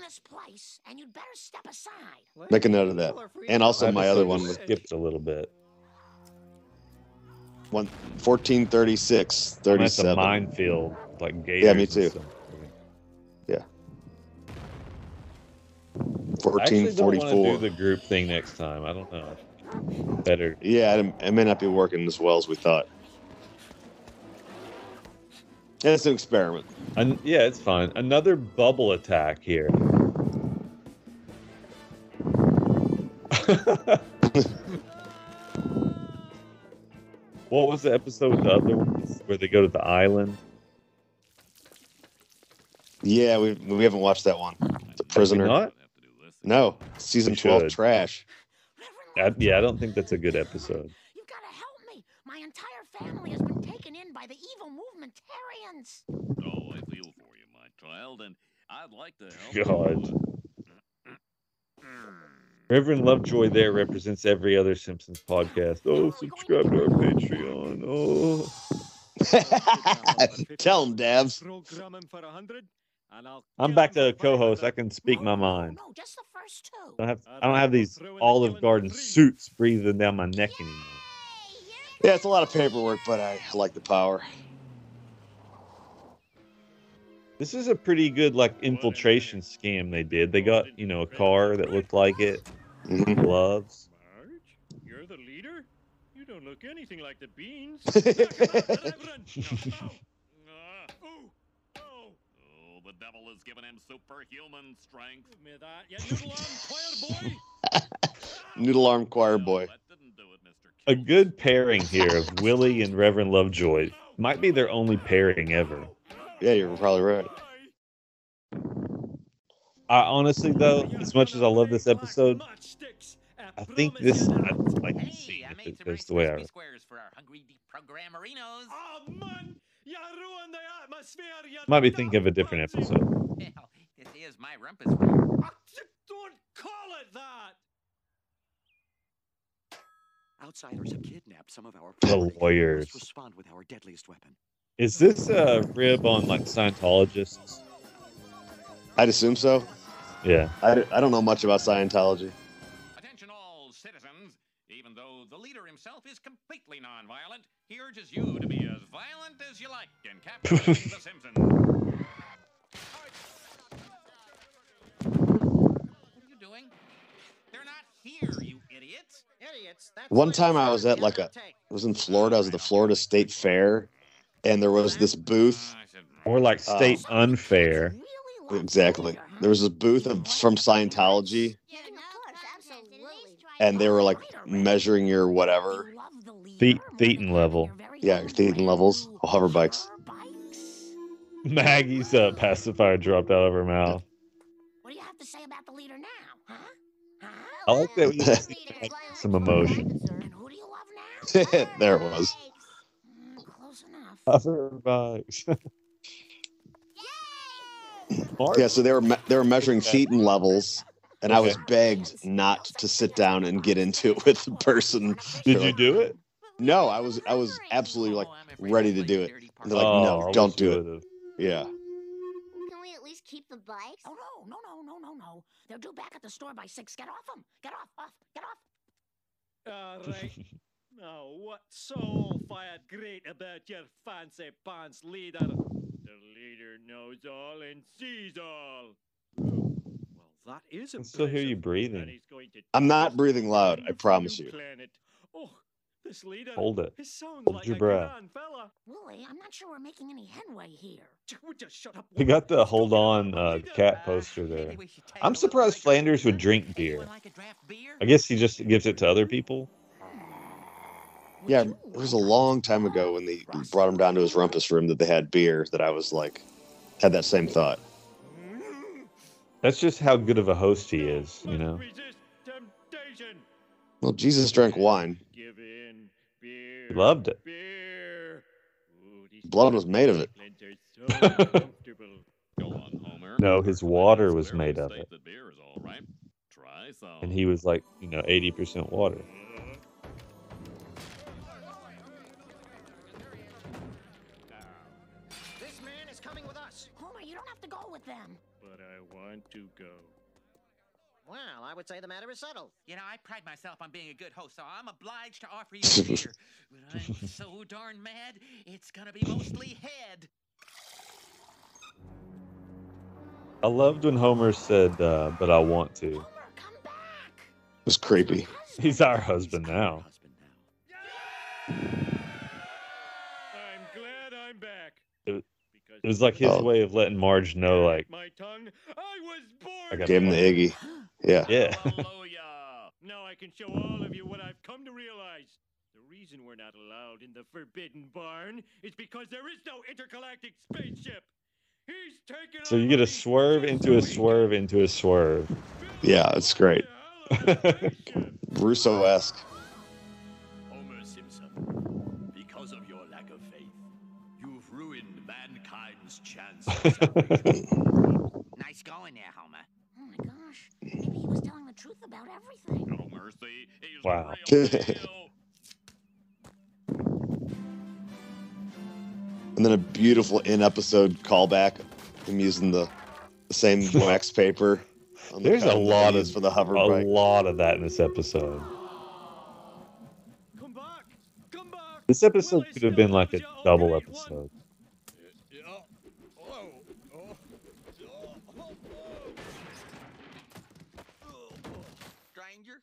Speaker 1: Make a note of that. And also my other one was
Speaker 2: skipped a little bit.
Speaker 1: one 1436
Speaker 2: That's a
Speaker 1: 37.
Speaker 2: minefield, like gators.
Speaker 1: Yeah, me
Speaker 2: and
Speaker 1: too.
Speaker 2: stuff.
Speaker 1: Yeah.
Speaker 2: I actually don't want to do
Speaker 1: 1444.
Speaker 2: the group thing next time. I don't know. Better.
Speaker 1: Yeah, it, it may not be working as well as we thought. And it's an experiment.
Speaker 2: An- yeah, it's fine. Another bubble attack here. what was the episode with the other ones where they go to the island?
Speaker 1: Yeah, we we haven't watched that one. The prisoner.
Speaker 2: not?
Speaker 1: No, season
Speaker 2: We
Speaker 1: twelve
Speaker 2: should.
Speaker 1: trash.
Speaker 2: I, yeah, I don't think that's a good episode.
Speaker 3: My entire family has been taken in by the evil movementarians.
Speaker 6: Oh, I feel for you, my child, and I'd like to help. you,
Speaker 2: God.
Speaker 6: but-
Speaker 2: Reverend Lovejoy there represents every other Simpsons podcast. Oh, subscribe to our Patreon. Oh.
Speaker 1: Tell him, Dabs.
Speaker 2: I'm back to co-host. I can speak my mind. I don't have, I don't have these Olive Garden suits breathing down my neck anymore.
Speaker 1: Yeah, it's a lot of paperwork, but I like the power.
Speaker 2: This is a pretty good like infiltration scam they did. They got you know a car that looked like it,
Speaker 1: Mm-hmm.
Speaker 2: gloves.
Speaker 5: Marge, you're the leader? You don't look anything like the beans. Ah,
Speaker 6: Oh, the devil has given him superhuman strength.
Speaker 1: Noodle arm choir boy.
Speaker 2: A good pairing here of Willie and Reverend Lovejoy might be their only pairing ever.
Speaker 1: Yeah, you're probably right.
Speaker 2: I honestly though, as much as I love this episode, I think this I'd like to see if it goes the way I. Oh.
Speaker 4: Squares for our hungry deprogrammerinos.
Speaker 5: Oh,
Speaker 2: Might be thinking of a different episode.
Speaker 4: Hell, this is my rumpus. fire.
Speaker 11: Outsiders have kidnapped some of our
Speaker 2: The
Speaker 11: property.
Speaker 2: lawyers.
Speaker 11: Must respond with our deadliest weapon.
Speaker 2: Is this a rib on like Scientologists?
Speaker 1: I'd assume so.
Speaker 2: Yeah.
Speaker 1: I, I don't know much about Scientology.
Speaker 6: Attention, all citizens. Even though the leader himself is completely nonviolent, he urges you to be as violent as you like in capturing the Simpsons.
Speaker 4: What are you doing? They're not here, you idiots. Idiots. That's
Speaker 1: One
Speaker 4: what
Speaker 1: time I
Speaker 4: decided
Speaker 1: was
Speaker 4: the
Speaker 1: at like a,
Speaker 4: other take.
Speaker 1: it was in Florida. I was at the Florida State Fair, and there was this booth.
Speaker 6: "Mm."
Speaker 2: Or like
Speaker 1: Uh,
Speaker 2: state unfair.
Speaker 1: Exactly. There was this booth of, from Scientology, and they were like measuring your whatever.
Speaker 2: The- Thetan level.
Speaker 1: Yeah, your thetan levels, hover bikes.
Speaker 2: Maggie's uh, pacifier dropped out of her mouth. What do you have to say about the leader now, huh? I like that we see, like, some emotion.
Speaker 1: there it was.
Speaker 2: Hover bikes. Mark,
Speaker 1: Yeah, so they were me- they were measuring thetan levels, and I was begged not to sit down and get into it with the person.
Speaker 2: did you do it?
Speaker 1: No, I was I was absolutely like ready to do it. And they're like,
Speaker 2: Oh, I
Speaker 1: no,
Speaker 2: wish
Speaker 1: don't
Speaker 2: you
Speaker 1: do it.
Speaker 2: would've.
Speaker 1: Yeah.
Speaker 3: Can we at least keep the bikes? Oh no, no, no, no, no, no. They're due back at the store by six. Get off them. Get off, off, get off.
Speaker 5: All right. Now, what's so fired great about your fancy pants leader? The leader knows all and sees all. Well, that is
Speaker 2: I
Speaker 5: a
Speaker 2: can still hear you
Speaker 5: pleasure, and
Speaker 2: breathing.
Speaker 5: he's going to
Speaker 1: I'm not
Speaker 5: teach us
Speaker 1: breathing loud, I
Speaker 5: new
Speaker 1: promise you.
Speaker 5: planet. Oh, this leader.
Speaker 2: Hold it.
Speaker 5: He sounds
Speaker 2: Hold
Speaker 5: like
Speaker 2: your
Speaker 5: a
Speaker 2: breath.
Speaker 5: grand fella. Willie, I'm not sure we're making any headway here. Would you shut up?
Speaker 2: We got the hold on uh, cat poster there. I'm surprised Flanders would drink beer. I guess he just gives it to other people.
Speaker 1: Yeah, it was a long time ago when they brought him down to his rumpus room that they had beer that I was like, had that same thought.
Speaker 2: That's just how good of a host he is, you know.
Speaker 1: Well, Jesus drank wine.
Speaker 2: He loved it.
Speaker 1: His blood was made of it.
Speaker 2: no, his water was made of it. And he was like, you know, 80% water.
Speaker 5: Uh,
Speaker 4: This man is coming with us.
Speaker 3: Homer, you don't have to go with them.
Speaker 5: But I want to go.
Speaker 4: Well, I would say the matter is settled.
Speaker 12: You know, I pride myself on being a good host, so I'm obliged to offer you beer. But I'm so darn mad, it's gonna be mostly head.
Speaker 2: I loved when Homer said, uh, but I want to.
Speaker 1: It was creepy.
Speaker 2: He's our husband now.
Speaker 5: I'm glad I'm back.
Speaker 2: It, it was like his
Speaker 1: Oh.
Speaker 2: way of letting Marge know, like,
Speaker 5: My tongue. I was
Speaker 2: I
Speaker 5: born.
Speaker 2: got
Speaker 1: Gave him the Iggy. Yeah.
Speaker 2: yeah.
Speaker 5: Hallelujah. now I can show all of you what I've come to realize. The reason we're not allowed in the Forbidden Barn is because there is no intergalactic spaceship. He's taken
Speaker 2: So
Speaker 5: our
Speaker 2: you get a
Speaker 5: money
Speaker 2: swerve
Speaker 5: just
Speaker 2: into a
Speaker 5: so he
Speaker 2: swerve into a swerve.
Speaker 1: Yeah, it's great. Russo esque.
Speaker 11: Homer Simpson, because of your lack of faith, you've ruined mankind's chance. of salvation.
Speaker 4: Nice going there, Homer.
Speaker 3: Oh my gosh. Maybe he was telling the truth about everything.
Speaker 6: No mercy. He's
Speaker 2: Wow.
Speaker 6: the real deal.
Speaker 1: And then a beautiful in episode callback. Him using the, the same wax paper. on the
Speaker 2: There's a
Speaker 1: pedal that
Speaker 2: lot
Speaker 1: he
Speaker 2: of
Speaker 1: used for the hover
Speaker 2: a
Speaker 1: bike.
Speaker 2: lot of that in this episode.
Speaker 5: Come back. Come back.
Speaker 2: This episode
Speaker 5: Will I
Speaker 2: could have
Speaker 5: still
Speaker 2: been like a
Speaker 5: lose ya, oh
Speaker 2: double
Speaker 5: great
Speaker 2: episode.
Speaker 4: Stranger,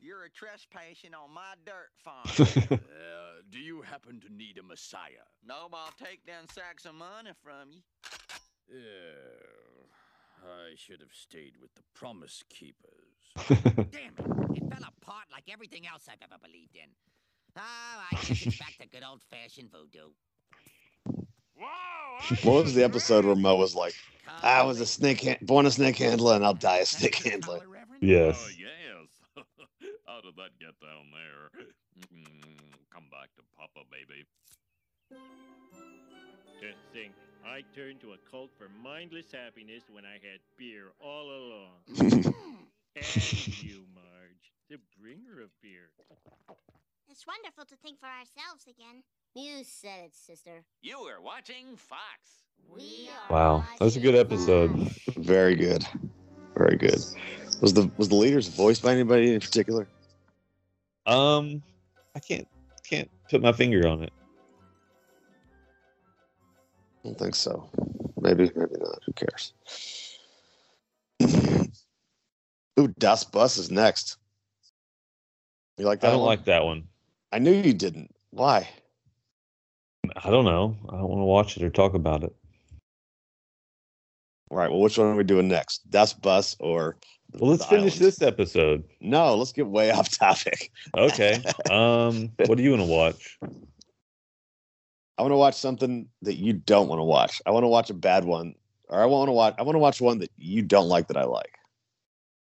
Speaker 4: you're a trespassing on my dirt farm.
Speaker 11: Uh, do you happen to need a messiah?
Speaker 4: no, but I'll take down sacks of money from you.
Speaker 11: Uh, I should have stayed with the promise keepers.
Speaker 4: Damn it. It fell apart like everything else I've ever believed in. Oh, I guess it's back to good old fashioned voodoo.
Speaker 1: What was the episode where Mo was like,
Speaker 4: Come
Speaker 1: I was a
Speaker 4: with
Speaker 1: snake, han- born a snake handler, and I'll die a
Speaker 4: Is that
Speaker 1: snake
Speaker 4: your
Speaker 1: handler.
Speaker 4: collar, Reverend?
Speaker 6: Oh,
Speaker 2: Yes.
Speaker 6: yes. How did that get down there? Mm, Come back to Papa, baby.
Speaker 5: To think, I turned to a cult for mindless happiness when I had beer all along.
Speaker 3: Hmm,
Speaker 5: and you, Marge, the bringer of beer.
Speaker 3: It's wonderful to think for ourselves again. You said it, sister.
Speaker 10: You are watching Fox.
Speaker 3: We
Speaker 2: Wow. That was a good episode.
Speaker 1: Very good. Very good. Was the was the leader's voiced by anybody in particular?
Speaker 2: Um I can't can't put my finger on it.
Speaker 1: I don't think so. Maybe, maybe not. Who cares? Ooh, Das Bus is next. You like that?
Speaker 2: I don't
Speaker 1: one?
Speaker 2: like that one.
Speaker 1: I knew you didn't. Why?
Speaker 2: I don't know. I don't want to watch it or talk about it.
Speaker 1: All right. Well, which one are we doing next? Das Bus or? the-
Speaker 2: Well, let's
Speaker 1: the
Speaker 2: finish
Speaker 1: island?
Speaker 2: this episode.
Speaker 1: No, let's get way off topic.
Speaker 2: Okay. Um what do you want to watch?
Speaker 1: I want to watch something that you don't want to watch. I want to watch a bad one, or I want to watch. I want to watch one that you don't like that I like.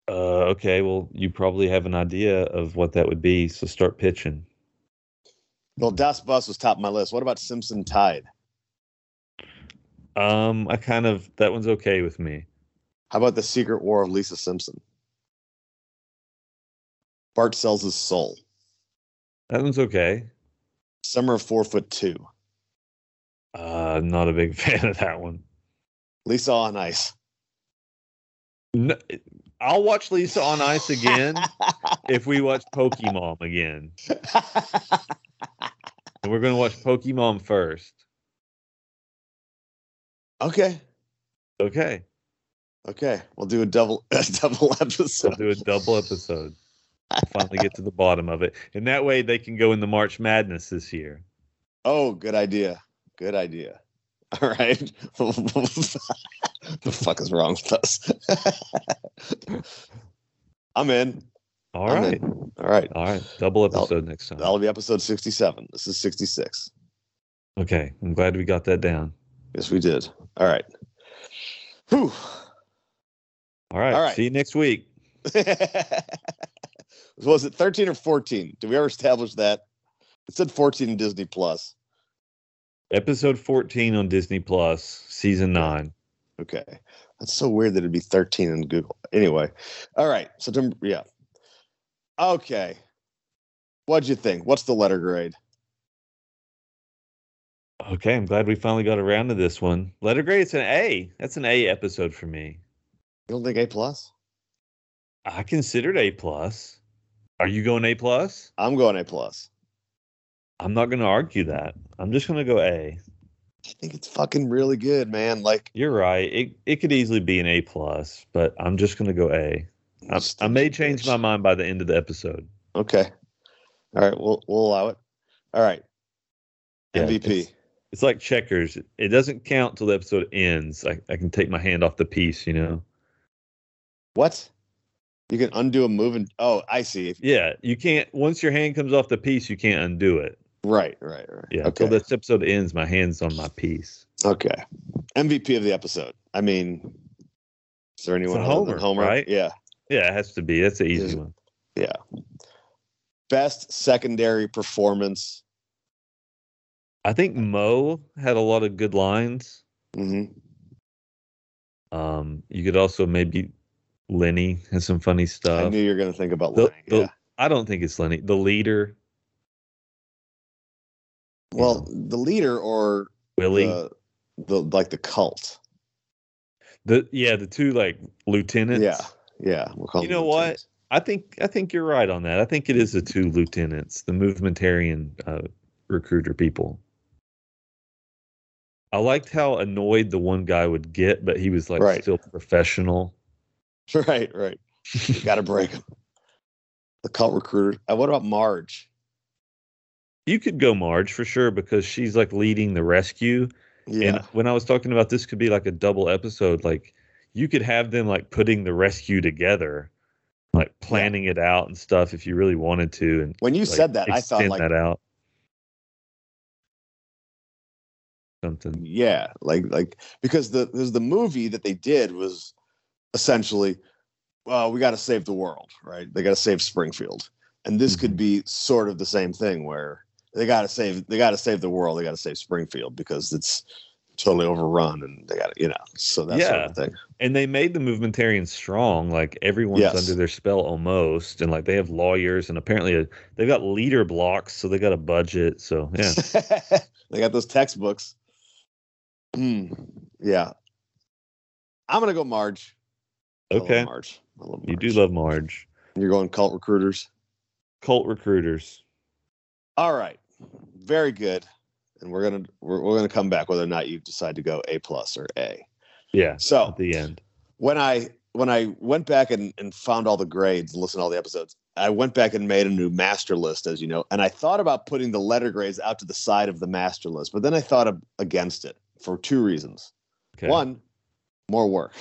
Speaker 2: Uh okay, well you probably have an idea of what that would be, so start pitching.
Speaker 1: Well, Das Bus was top of my list. What about Simpson Tide?
Speaker 2: Um I kind of that one's okay with me.
Speaker 1: How about the Secret War of Lisa Simpson? Bart sells his soul.
Speaker 2: That one's okay.
Speaker 1: Summer of Four Foot Two.
Speaker 2: Uh not a big fan of that one.
Speaker 1: Lisa on Ice.
Speaker 2: No, I'll watch Lisa on Ice again if we watch Pokemon again. And we're going to watch Pokemon first.
Speaker 1: okay.
Speaker 2: Okay.
Speaker 1: Okay. We'll do a double a double
Speaker 2: We'll
Speaker 1: episode.
Speaker 2: do a double episode. Finally get to the bottom of it. And that way they can go in the March Madness this year.
Speaker 1: Oh, good idea. Good idea. All right. the fuck is wrong with us? I'm in.
Speaker 2: All
Speaker 1: I'm
Speaker 2: right.
Speaker 1: in. All right.
Speaker 2: All right. Double episode next time.
Speaker 1: That'll be episode 67. This is 66.
Speaker 2: Okay. I'm glad we got that down.
Speaker 1: Yes, we did. All right. Whew.
Speaker 2: All right.
Speaker 1: All right.
Speaker 2: See you next week.
Speaker 1: Was it 13 or 14? Did we ever establish that? It said 14 in Disney Plus.
Speaker 2: Episode 14 on Disney Plus, season nine.
Speaker 1: Okay. That's so weird that it'd be 13 in Google. Anyway. All right. September. Yeah. Okay. What'd you think? What's the letter grade?
Speaker 2: Okay. I'm glad we finally got around to this one. Letter grade, it's an A. That's an A episode for me.
Speaker 1: You don't think A plus?
Speaker 2: I considered A plus. Are you going A plus?
Speaker 1: I'm going A plus.
Speaker 2: I'm not going to argue that. I'm just going to go
Speaker 1: I
Speaker 2: A.
Speaker 1: think it's fucking really good, man. Like
Speaker 2: You're right. It it could easily be an A plus, but I'm just going to go A. I, I may change my mind by the end of the episode.
Speaker 1: Okay. All right. We'll we'll allow it. All right.
Speaker 2: Yeah,
Speaker 1: MVP.
Speaker 2: It's, it's like checkers. It doesn't count till the episode ends. I, I can take my hand off the piece, you know.
Speaker 1: What? You can undo a move and oh, I see. If,
Speaker 2: Yeah, you can't. Once your hand comes off the piece, you can't undo it.
Speaker 1: right, right, right.
Speaker 2: Yeah,
Speaker 1: Okay.
Speaker 2: until this episode ends, my hand's on my piece.
Speaker 1: okay. MVP of the episode. I mean, is there anyone
Speaker 2: a
Speaker 1: other than Homer?
Speaker 2: homer, right?
Speaker 1: Yeah.
Speaker 2: Yeah, it has to be. That's the easy one.
Speaker 1: Yeah. Best secondary performance.
Speaker 2: I think Mo had a lot of good lines.
Speaker 1: Mm-hmm.
Speaker 2: Um, you could also maybe Lenny had some funny
Speaker 1: I
Speaker 2: stuff.
Speaker 1: knew you were going to think about
Speaker 2: The-
Speaker 1: Lenny.
Speaker 2: the-
Speaker 1: yeah.
Speaker 2: I don't think it's Lenny. The leader,
Speaker 1: Well, the leader or
Speaker 2: Willie.
Speaker 1: the, the like the cult.
Speaker 2: the yeah, the two like lieutenants.
Speaker 1: Yeah. Yeah. We'll call
Speaker 2: You
Speaker 1: them
Speaker 2: know
Speaker 1: lieutenants.
Speaker 2: what? I think I think you're right on that. I think it is the two lieutenants, the movementarian uh, recruiter people. I liked how annoyed the one guy would get, but he was like
Speaker 1: Right.
Speaker 2: still professional.
Speaker 1: Right, right. You gotta break him. The cult recruiter. Uh, what about Marge?
Speaker 2: You could go Marge for sure because she's like leading the rescue.
Speaker 1: Yeah.
Speaker 2: And when I was talking about this could be like a double episode, like you could have them like putting the rescue together, like planning it out and stuff if you really wanted to. And
Speaker 1: when you
Speaker 2: like,
Speaker 1: said that, I thought
Speaker 2: extend
Speaker 1: like
Speaker 2: that out. Something.
Speaker 1: yeah, like like because the because the movie that they did was essentially, well, we gotta save the world, right? They gotta save Springfield. And this could
Speaker 2: Mm-hmm.
Speaker 1: be sort of the same thing where they gotta save they gotta save the world, they gotta save Springfield because it's totally overrun and they gotta you know, so that sort
Speaker 2: Yeah.
Speaker 1: of thing.
Speaker 2: And they made the movementarians strong. Like everyone's
Speaker 1: Yes.
Speaker 2: under their spell almost. And like they have lawyers and apparently a, they've got leader blocks. So they got a budget. So yeah.
Speaker 1: they got those textbooks. Hmm. yeah. I'm gonna go Marge. I love
Speaker 2: Okay.
Speaker 1: Marge. I love Marge.
Speaker 2: You do love Marge.
Speaker 1: You're going cult recruiters.
Speaker 2: Cult recruiters.
Speaker 1: All right. Very good. And we're gonna we're, we're gonna come back whether or not you decide to go A plus or A.
Speaker 2: Yeah.
Speaker 1: So
Speaker 2: At the end.
Speaker 1: when I when I went back and, and found all the grades and listened to all the episodes, I went back and made a new master list, as you know, and I thought about putting the letter grades out to the side of the master list, but then I thought ab- against it for two reasons.
Speaker 2: Okay.
Speaker 1: One, more work.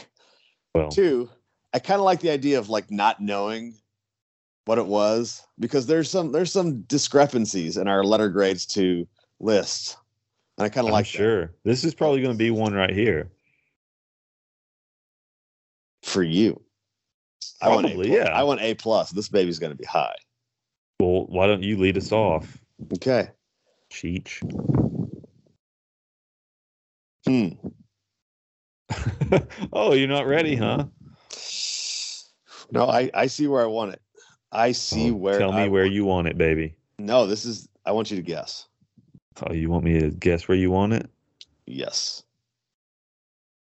Speaker 2: Well,
Speaker 1: Two, I kind of like the idea of like not knowing what it was because there's some there's some discrepancies in our letter grades to lists, and I kind of
Speaker 2: I'm
Speaker 1: like that.
Speaker 2: sure. This is probably going to be one right here.
Speaker 1: for you. I want
Speaker 2: Probably,
Speaker 1: a plus.
Speaker 2: yeah.
Speaker 1: I want a plus. This baby's gonna be high.
Speaker 2: Well, why don't you lead us off,
Speaker 1: Okay.
Speaker 2: Cheech?
Speaker 1: Hmm.
Speaker 2: oh, you're not
Speaker 1: Hmm.
Speaker 2: ready, huh?
Speaker 1: No, I I see where I want it. I see
Speaker 2: Oh,
Speaker 1: where.
Speaker 2: Tell me
Speaker 1: I
Speaker 2: where
Speaker 1: want-
Speaker 2: you want it, baby.
Speaker 1: No, this is. I want you to guess.
Speaker 2: Oh, you want me to guess where you want it?
Speaker 1: Yes.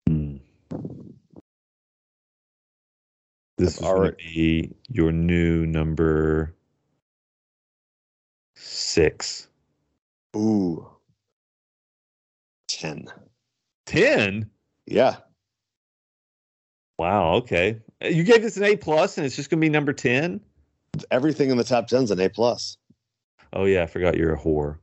Speaker 2: Hmm. This is going to
Speaker 1: already-
Speaker 2: be your new number six.
Speaker 1: Ooh. Ten.
Speaker 2: Ten?
Speaker 1: Yeah.
Speaker 2: Wow. Okay. Uh, You gave this an A plus, and it's just going to be number ten.
Speaker 1: Everything in the top ten's an A plus.
Speaker 2: Oh yeah, I forgot you're a whore.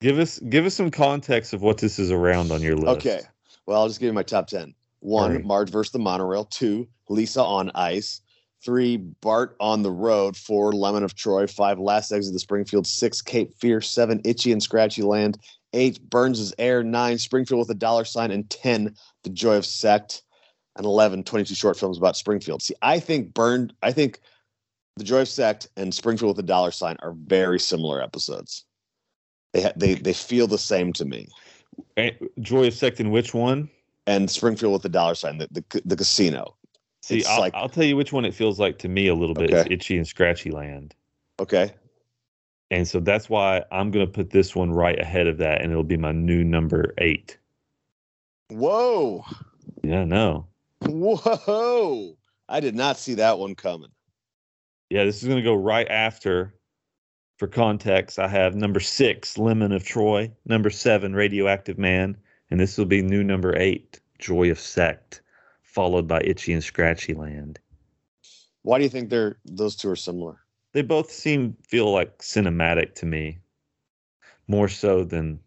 Speaker 2: Give us give us some context of what this is around on your list.
Speaker 1: Okay. Well, I'll just give you my top 10. One,
Speaker 2: Right.
Speaker 1: Marge versus the monorail. Two, Lisa on ice. Three, Bart on the road. Four, Lemon of Troy. Five, Last Exit to Springfield. Six, Cape Fear. Seven, Itchy and Scratchy Land. Eight, Burns' Air. Nine, Springfield with a dollar sign. And ten, The Joy of Sect. And 11, 22 short films about Springfield. See, I think Burn, I think The Joy of Sect and Springfield with a dollar sign are very similar episodes. They ha- they they feel the same to me.
Speaker 2: Joy of Sect in which one?
Speaker 1: And Springfield with the dollar sign, the the, the casino.
Speaker 2: See,
Speaker 1: It's
Speaker 2: I'll,
Speaker 1: like-
Speaker 2: I'll tell you which one it feels like to me a little bit. It's
Speaker 1: Okay.
Speaker 2: Itchy and Scratchy Land.
Speaker 1: Okay.
Speaker 2: And so that's why I'm going to put this one right ahead of that, and it'll be my new number eight.
Speaker 1: Whoa.
Speaker 2: Yeah, no.
Speaker 1: Whoa. I did not see that one coming.
Speaker 2: Yeah, this is going to go right after. For context, I have number six, Lemon of Troy, number seven, Radioactive Man, and this will be new number eight, Joy of Sect, followed by Itchy and Scratchy Land.
Speaker 1: Why do you think they're those two are similar?
Speaker 2: They both seem feel like cinematic to me, more so than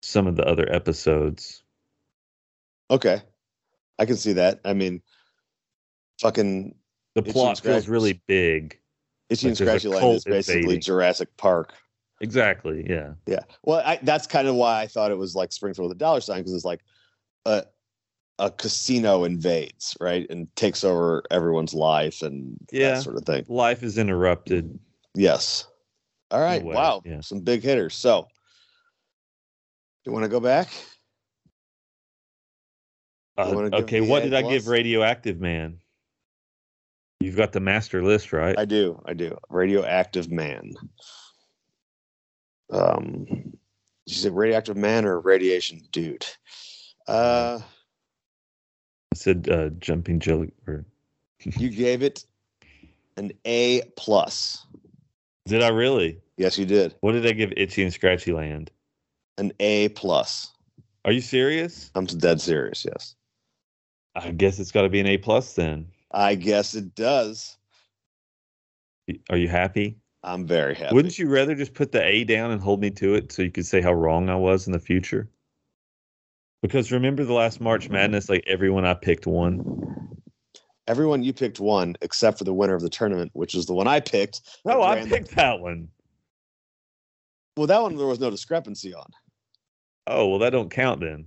Speaker 2: some of the other episodes.
Speaker 1: Okay. I can see that. I mean, fucking
Speaker 2: The
Speaker 1: Itchy and
Speaker 2: plot feels
Speaker 1: Scratch-
Speaker 2: really big.
Speaker 1: Itchy and
Speaker 2: Like there's
Speaker 1: Scratchy
Speaker 2: a
Speaker 1: Land
Speaker 2: cult
Speaker 1: is basically
Speaker 2: invading.
Speaker 1: Jurassic Park.
Speaker 2: Exactly. Yeah.
Speaker 1: Yeah. Well, I, that's kind of why I thought it was like Springfield with a dollar sign because it's like a a casino invades, right, and takes over everyone's life and
Speaker 2: Yeah.
Speaker 1: that sort of thing.
Speaker 2: Life is interrupted.
Speaker 1: Yes. All right.
Speaker 2: way,
Speaker 1: wow.
Speaker 2: yeah.
Speaker 1: Some big hitters. So, you want to go back?
Speaker 2: Uh,
Speaker 1: wanna give
Speaker 2: okay,
Speaker 1: me
Speaker 2: what
Speaker 1: A
Speaker 2: did I give
Speaker 1: plus?
Speaker 2: Radioactive Man? You've got the master list, right?
Speaker 1: I do. I do. Radioactive man. Um, did you say radioactive man or radiation dude? Uh,
Speaker 2: I said uh, jumping jelly. Or
Speaker 1: you gave it an A plus.
Speaker 2: did I really?
Speaker 1: Yes, you did.
Speaker 2: What did I give Itchy and Scratchy Land?
Speaker 1: An A plus.
Speaker 2: Are you serious?
Speaker 1: I'm dead serious. Yes.
Speaker 2: I guess it's got to be an A plus then.
Speaker 1: I guess it does.
Speaker 2: Y- Are you happy?
Speaker 1: I'm very happy.
Speaker 2: Wouldn't you rather just put the A down and hold me to it so you could say how wrong I was in the future? Because remember the last March Madness, like everyone I picked one.
Speaker 1: Everyone, you picked one except for the winner of the tournament, which is the one I picked.
Speaker 2: No,
Speaker 1: that
Speaker 2: Oh, I
Speaker 1: ran-
Speaker 2: picked that one.
Speaker 1: Well, that one there was no discrepancy on.
Speaker 2: Oh well, that don't count then.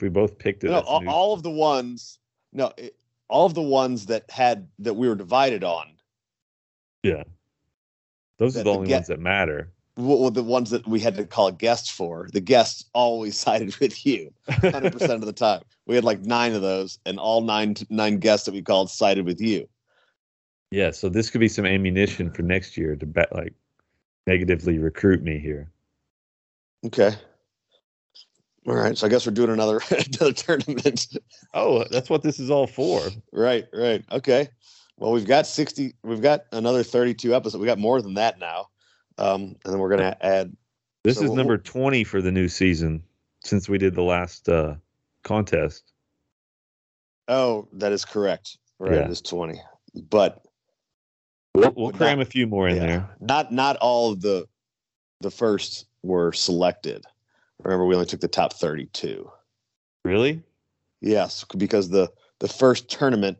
Speaker 2: We both picked it.
Speaker 1: no,
Speaker 2: That's
Speaker 1: all,
Speaker 2: new.
Speaker 1: all of the ones. No, it, all of the ones that had that we were divided on.
Speaker 2: Yeah. Those
Speaker 1: that
Speaker 2: are the
Speaker 1: the
Speaker 2: only
Speaker 1: ga-
Speaker 2: ones that matter.
Speaker 1: What were the ones that we had to call a guest for? The guests always sided with you, hundred percent of the time. We had like nine of those, and all nine nine guests that we called sided with you.
Speaker 2: Yeah, so this could be some ammunition for next year to bet like negatively recruit me here.
Speaker 1: Okay. All right, so I guess we're doing another another tournament.
Speaker 2: Oh, that's what this is all for.
Speaker 1: Right, right. Okay. Well, we've got 60, we've got another 32 episodes. We got more than that now. Um, and then we're going to add,
Speaker 2: This
Speaker 1: So
Speaker 2: is
Speaker 1: we'll-
Speaker 2: number 20 for the new season since we did the last uh contest.
Speaker 1: oh, that is correct. Right.
Speaker 2: Yeah.
Speaker 1: It is 20. But
Speaker 2: We'll, we'll
Speaker 1: But
Speaker 2: cram a few more in
Speaker 1: yeah.
Speaker 2: there.
Speaker 1: not, not all of the, the first were selected. Remember, we only took the top 32.
Speaker 2: Really?
Speaker 1: Yes, because the, the first tournament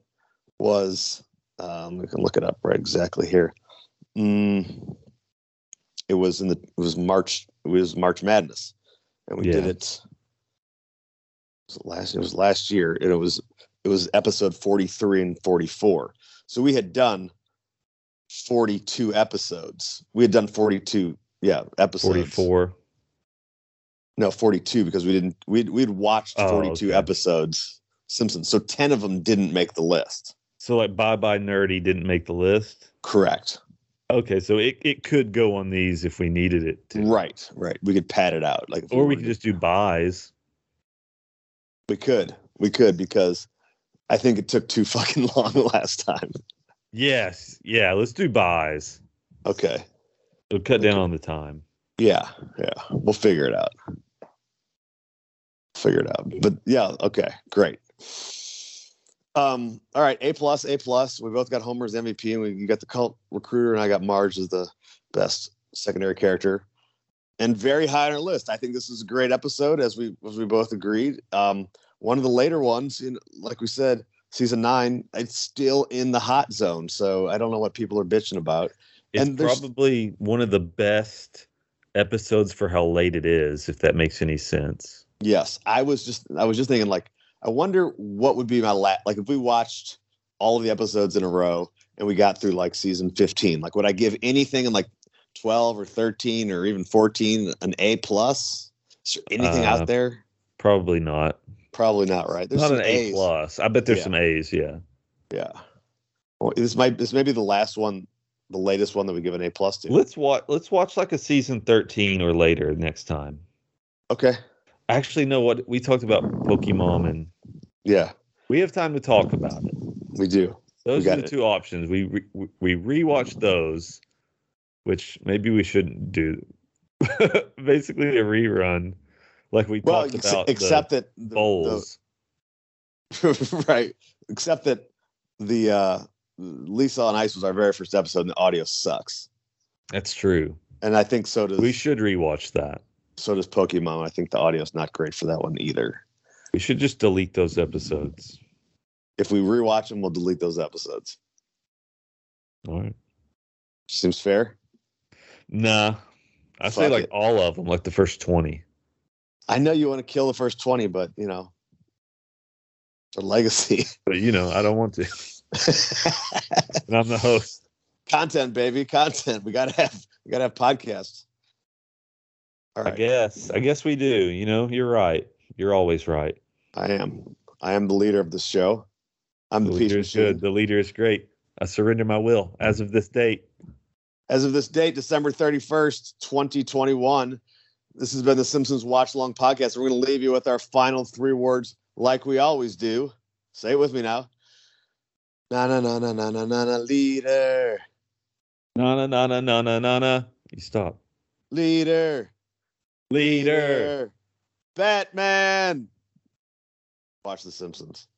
Speaker 1: was, um, we can look it up right exactly here. Mm, it was in the it was March it was March Madness, and we did
Speaker 2: Yeah.
Speaker 1: it. Was it last it was last year, and it was it was episode forty three and forty four. So we had done forty two episodes. We had done forty two yeah episodes.
Speaker 2: 44.
Speaker 1: No, forty two because we didn't we'd we'd watched
Speaker 2: Oh,
Speaker 1: forty two
Speaker 2: okay.
Speaker 1: episodes Simpsons. So ten of them didn't make the list.
Speaker 2: So like Bye Bye Nerdy didn't make the list.
Speaker 1: Correct.
Speaker 2: Okay, so it, it could go on these if we needed it to.
Speaker 1: Right. Right. We could pad it out like if
Speaker 2: Or we
Speaker 1: wanted
Speaker 2: could
Speaker 1: to.
Speaker 2: just do buys.
Speaker 1: We could. We could because I think it took too fucking long last time.
Speaker 2: Yes. Yeah, let's do buys.
Speaker 1: Okay.
Speaker 2: It'll cut down on the time.
Speaker 1: Yeah. Yeah. We'll figure it out. Figure it out. But yeah, okay. Great. Um, all right, A plus, A plus. We both got Homer's MVP and we you got the cult recruiter, and I got Marge as the best secondary character. And very high on our list. I think this is a great episode, as we as we both agreed. Um, one of the later ones, in, like we said, season nine, it's still in the hot zone. So I don't know what people are bitching about.
Speaker 2: It's
Speaker 1: And there's-
Speaker 2: probably one of the best episodes for how late it is, if that makes any sense.
Speaker 1: Yes, I was just I was just thinking like I wonder what would be my last like if we watched all of the episodes in a row and we got through like season 15 like would I give anything in like 12 or 13 or even 14 an A plus? Is there anything
Speaker 2: Uh,
Speaker 1: out there?
Speaker 2: Probably not.
Speaker 1: Probably not, right? There's
Speaker 2: not
Speaker 1: some
Speaker 2: an A
Speaker 1: A's.
Speaker 2: plus. I bet there's
Speaker 1: Yeah.
Speaker 2: some A's. Yeah.
Speaker 1: Yeah. Well, this might this may be the last one, the latest one that we give an A plus to.
Speaker 2: Let's watch. Let's watch like a season thirteen or later next time.
Speaker 1: Okay.
Speaker 2: Actually, no. What we talked about Pokemon and
Speaker 1: Yeah,
Speaker 2: we have time to talk about it.
Speaker 1: we do.
Speaker 2: Those
Speaker 1: We
Speaker 2: are
Speaker 1: got
Speaker 2: the
Speaker 1: it.
Speaker 2: two options. We re, we rewatch those, which maybe we shouldn't do. Basically, a rerun, like we
Speaker 1: Well,
Speaker 2: talked
Speaker 1: ex-
Speaker 2: about.
Speaker 1: except
Speaker 2: the
Speaker 1: that the- the-
Speaker 2: bowls.
Speaker 1: right. Except that the uh Lisa on Ice was our very first episode and the audio sucks.
Speaker 2: That's true.
Speaker 1: And I think so does
Speaker 2: We should rewatch that.
Speaker 1: so does Pokemon. I think the audio's not great for that one either.
Speaker 2: We should just delete those episodes.
Speaker 1: If we rewatch them, we'll delete those episodes.
Speaker 2: All right.
Speaker 1: Seems fair.
Speaker 2: Nah. I say
Speaker 1: Fuck
Speaker 2: like
Speaker 1: it.
Speaker 2: all of them, like the first 20.
Speaker 1: I know you want to kill the first 20, but you know, the legacy.
Speaker 2: But you know, I don't want to. and I'm the host.
Speaker 1: content, baby, content. We gotta have we gotta have podcasts. All
Speaker 2: I
Speaker 1: right.
Speaker 2: guess. I guess we do. You know, you're right. You're always right.
Speaker 1: I am. I am the leader of this show. I'm the,
Speaker 2: the
Speaker 1: the
Speaker 2: leader
Speaker 1: Peter
Speaker 2: is good.
Speaker 1: Machine.
Speaker 2: The leader is great. I surrender my will as of this date.
Speaker 1: As of this date, December 31st, 2021, this has been the Simpsons Watch Long Podcast. We're going to leave you with our final three words, like we always do. Say it with me now. Na na na na na na na na leader,
Speaker 2: Na na na na na na na na. You stop.
Speaker 1: leader,
Speaker 2: Leader.
Speaker 1: Batman. Watch The Simpsons.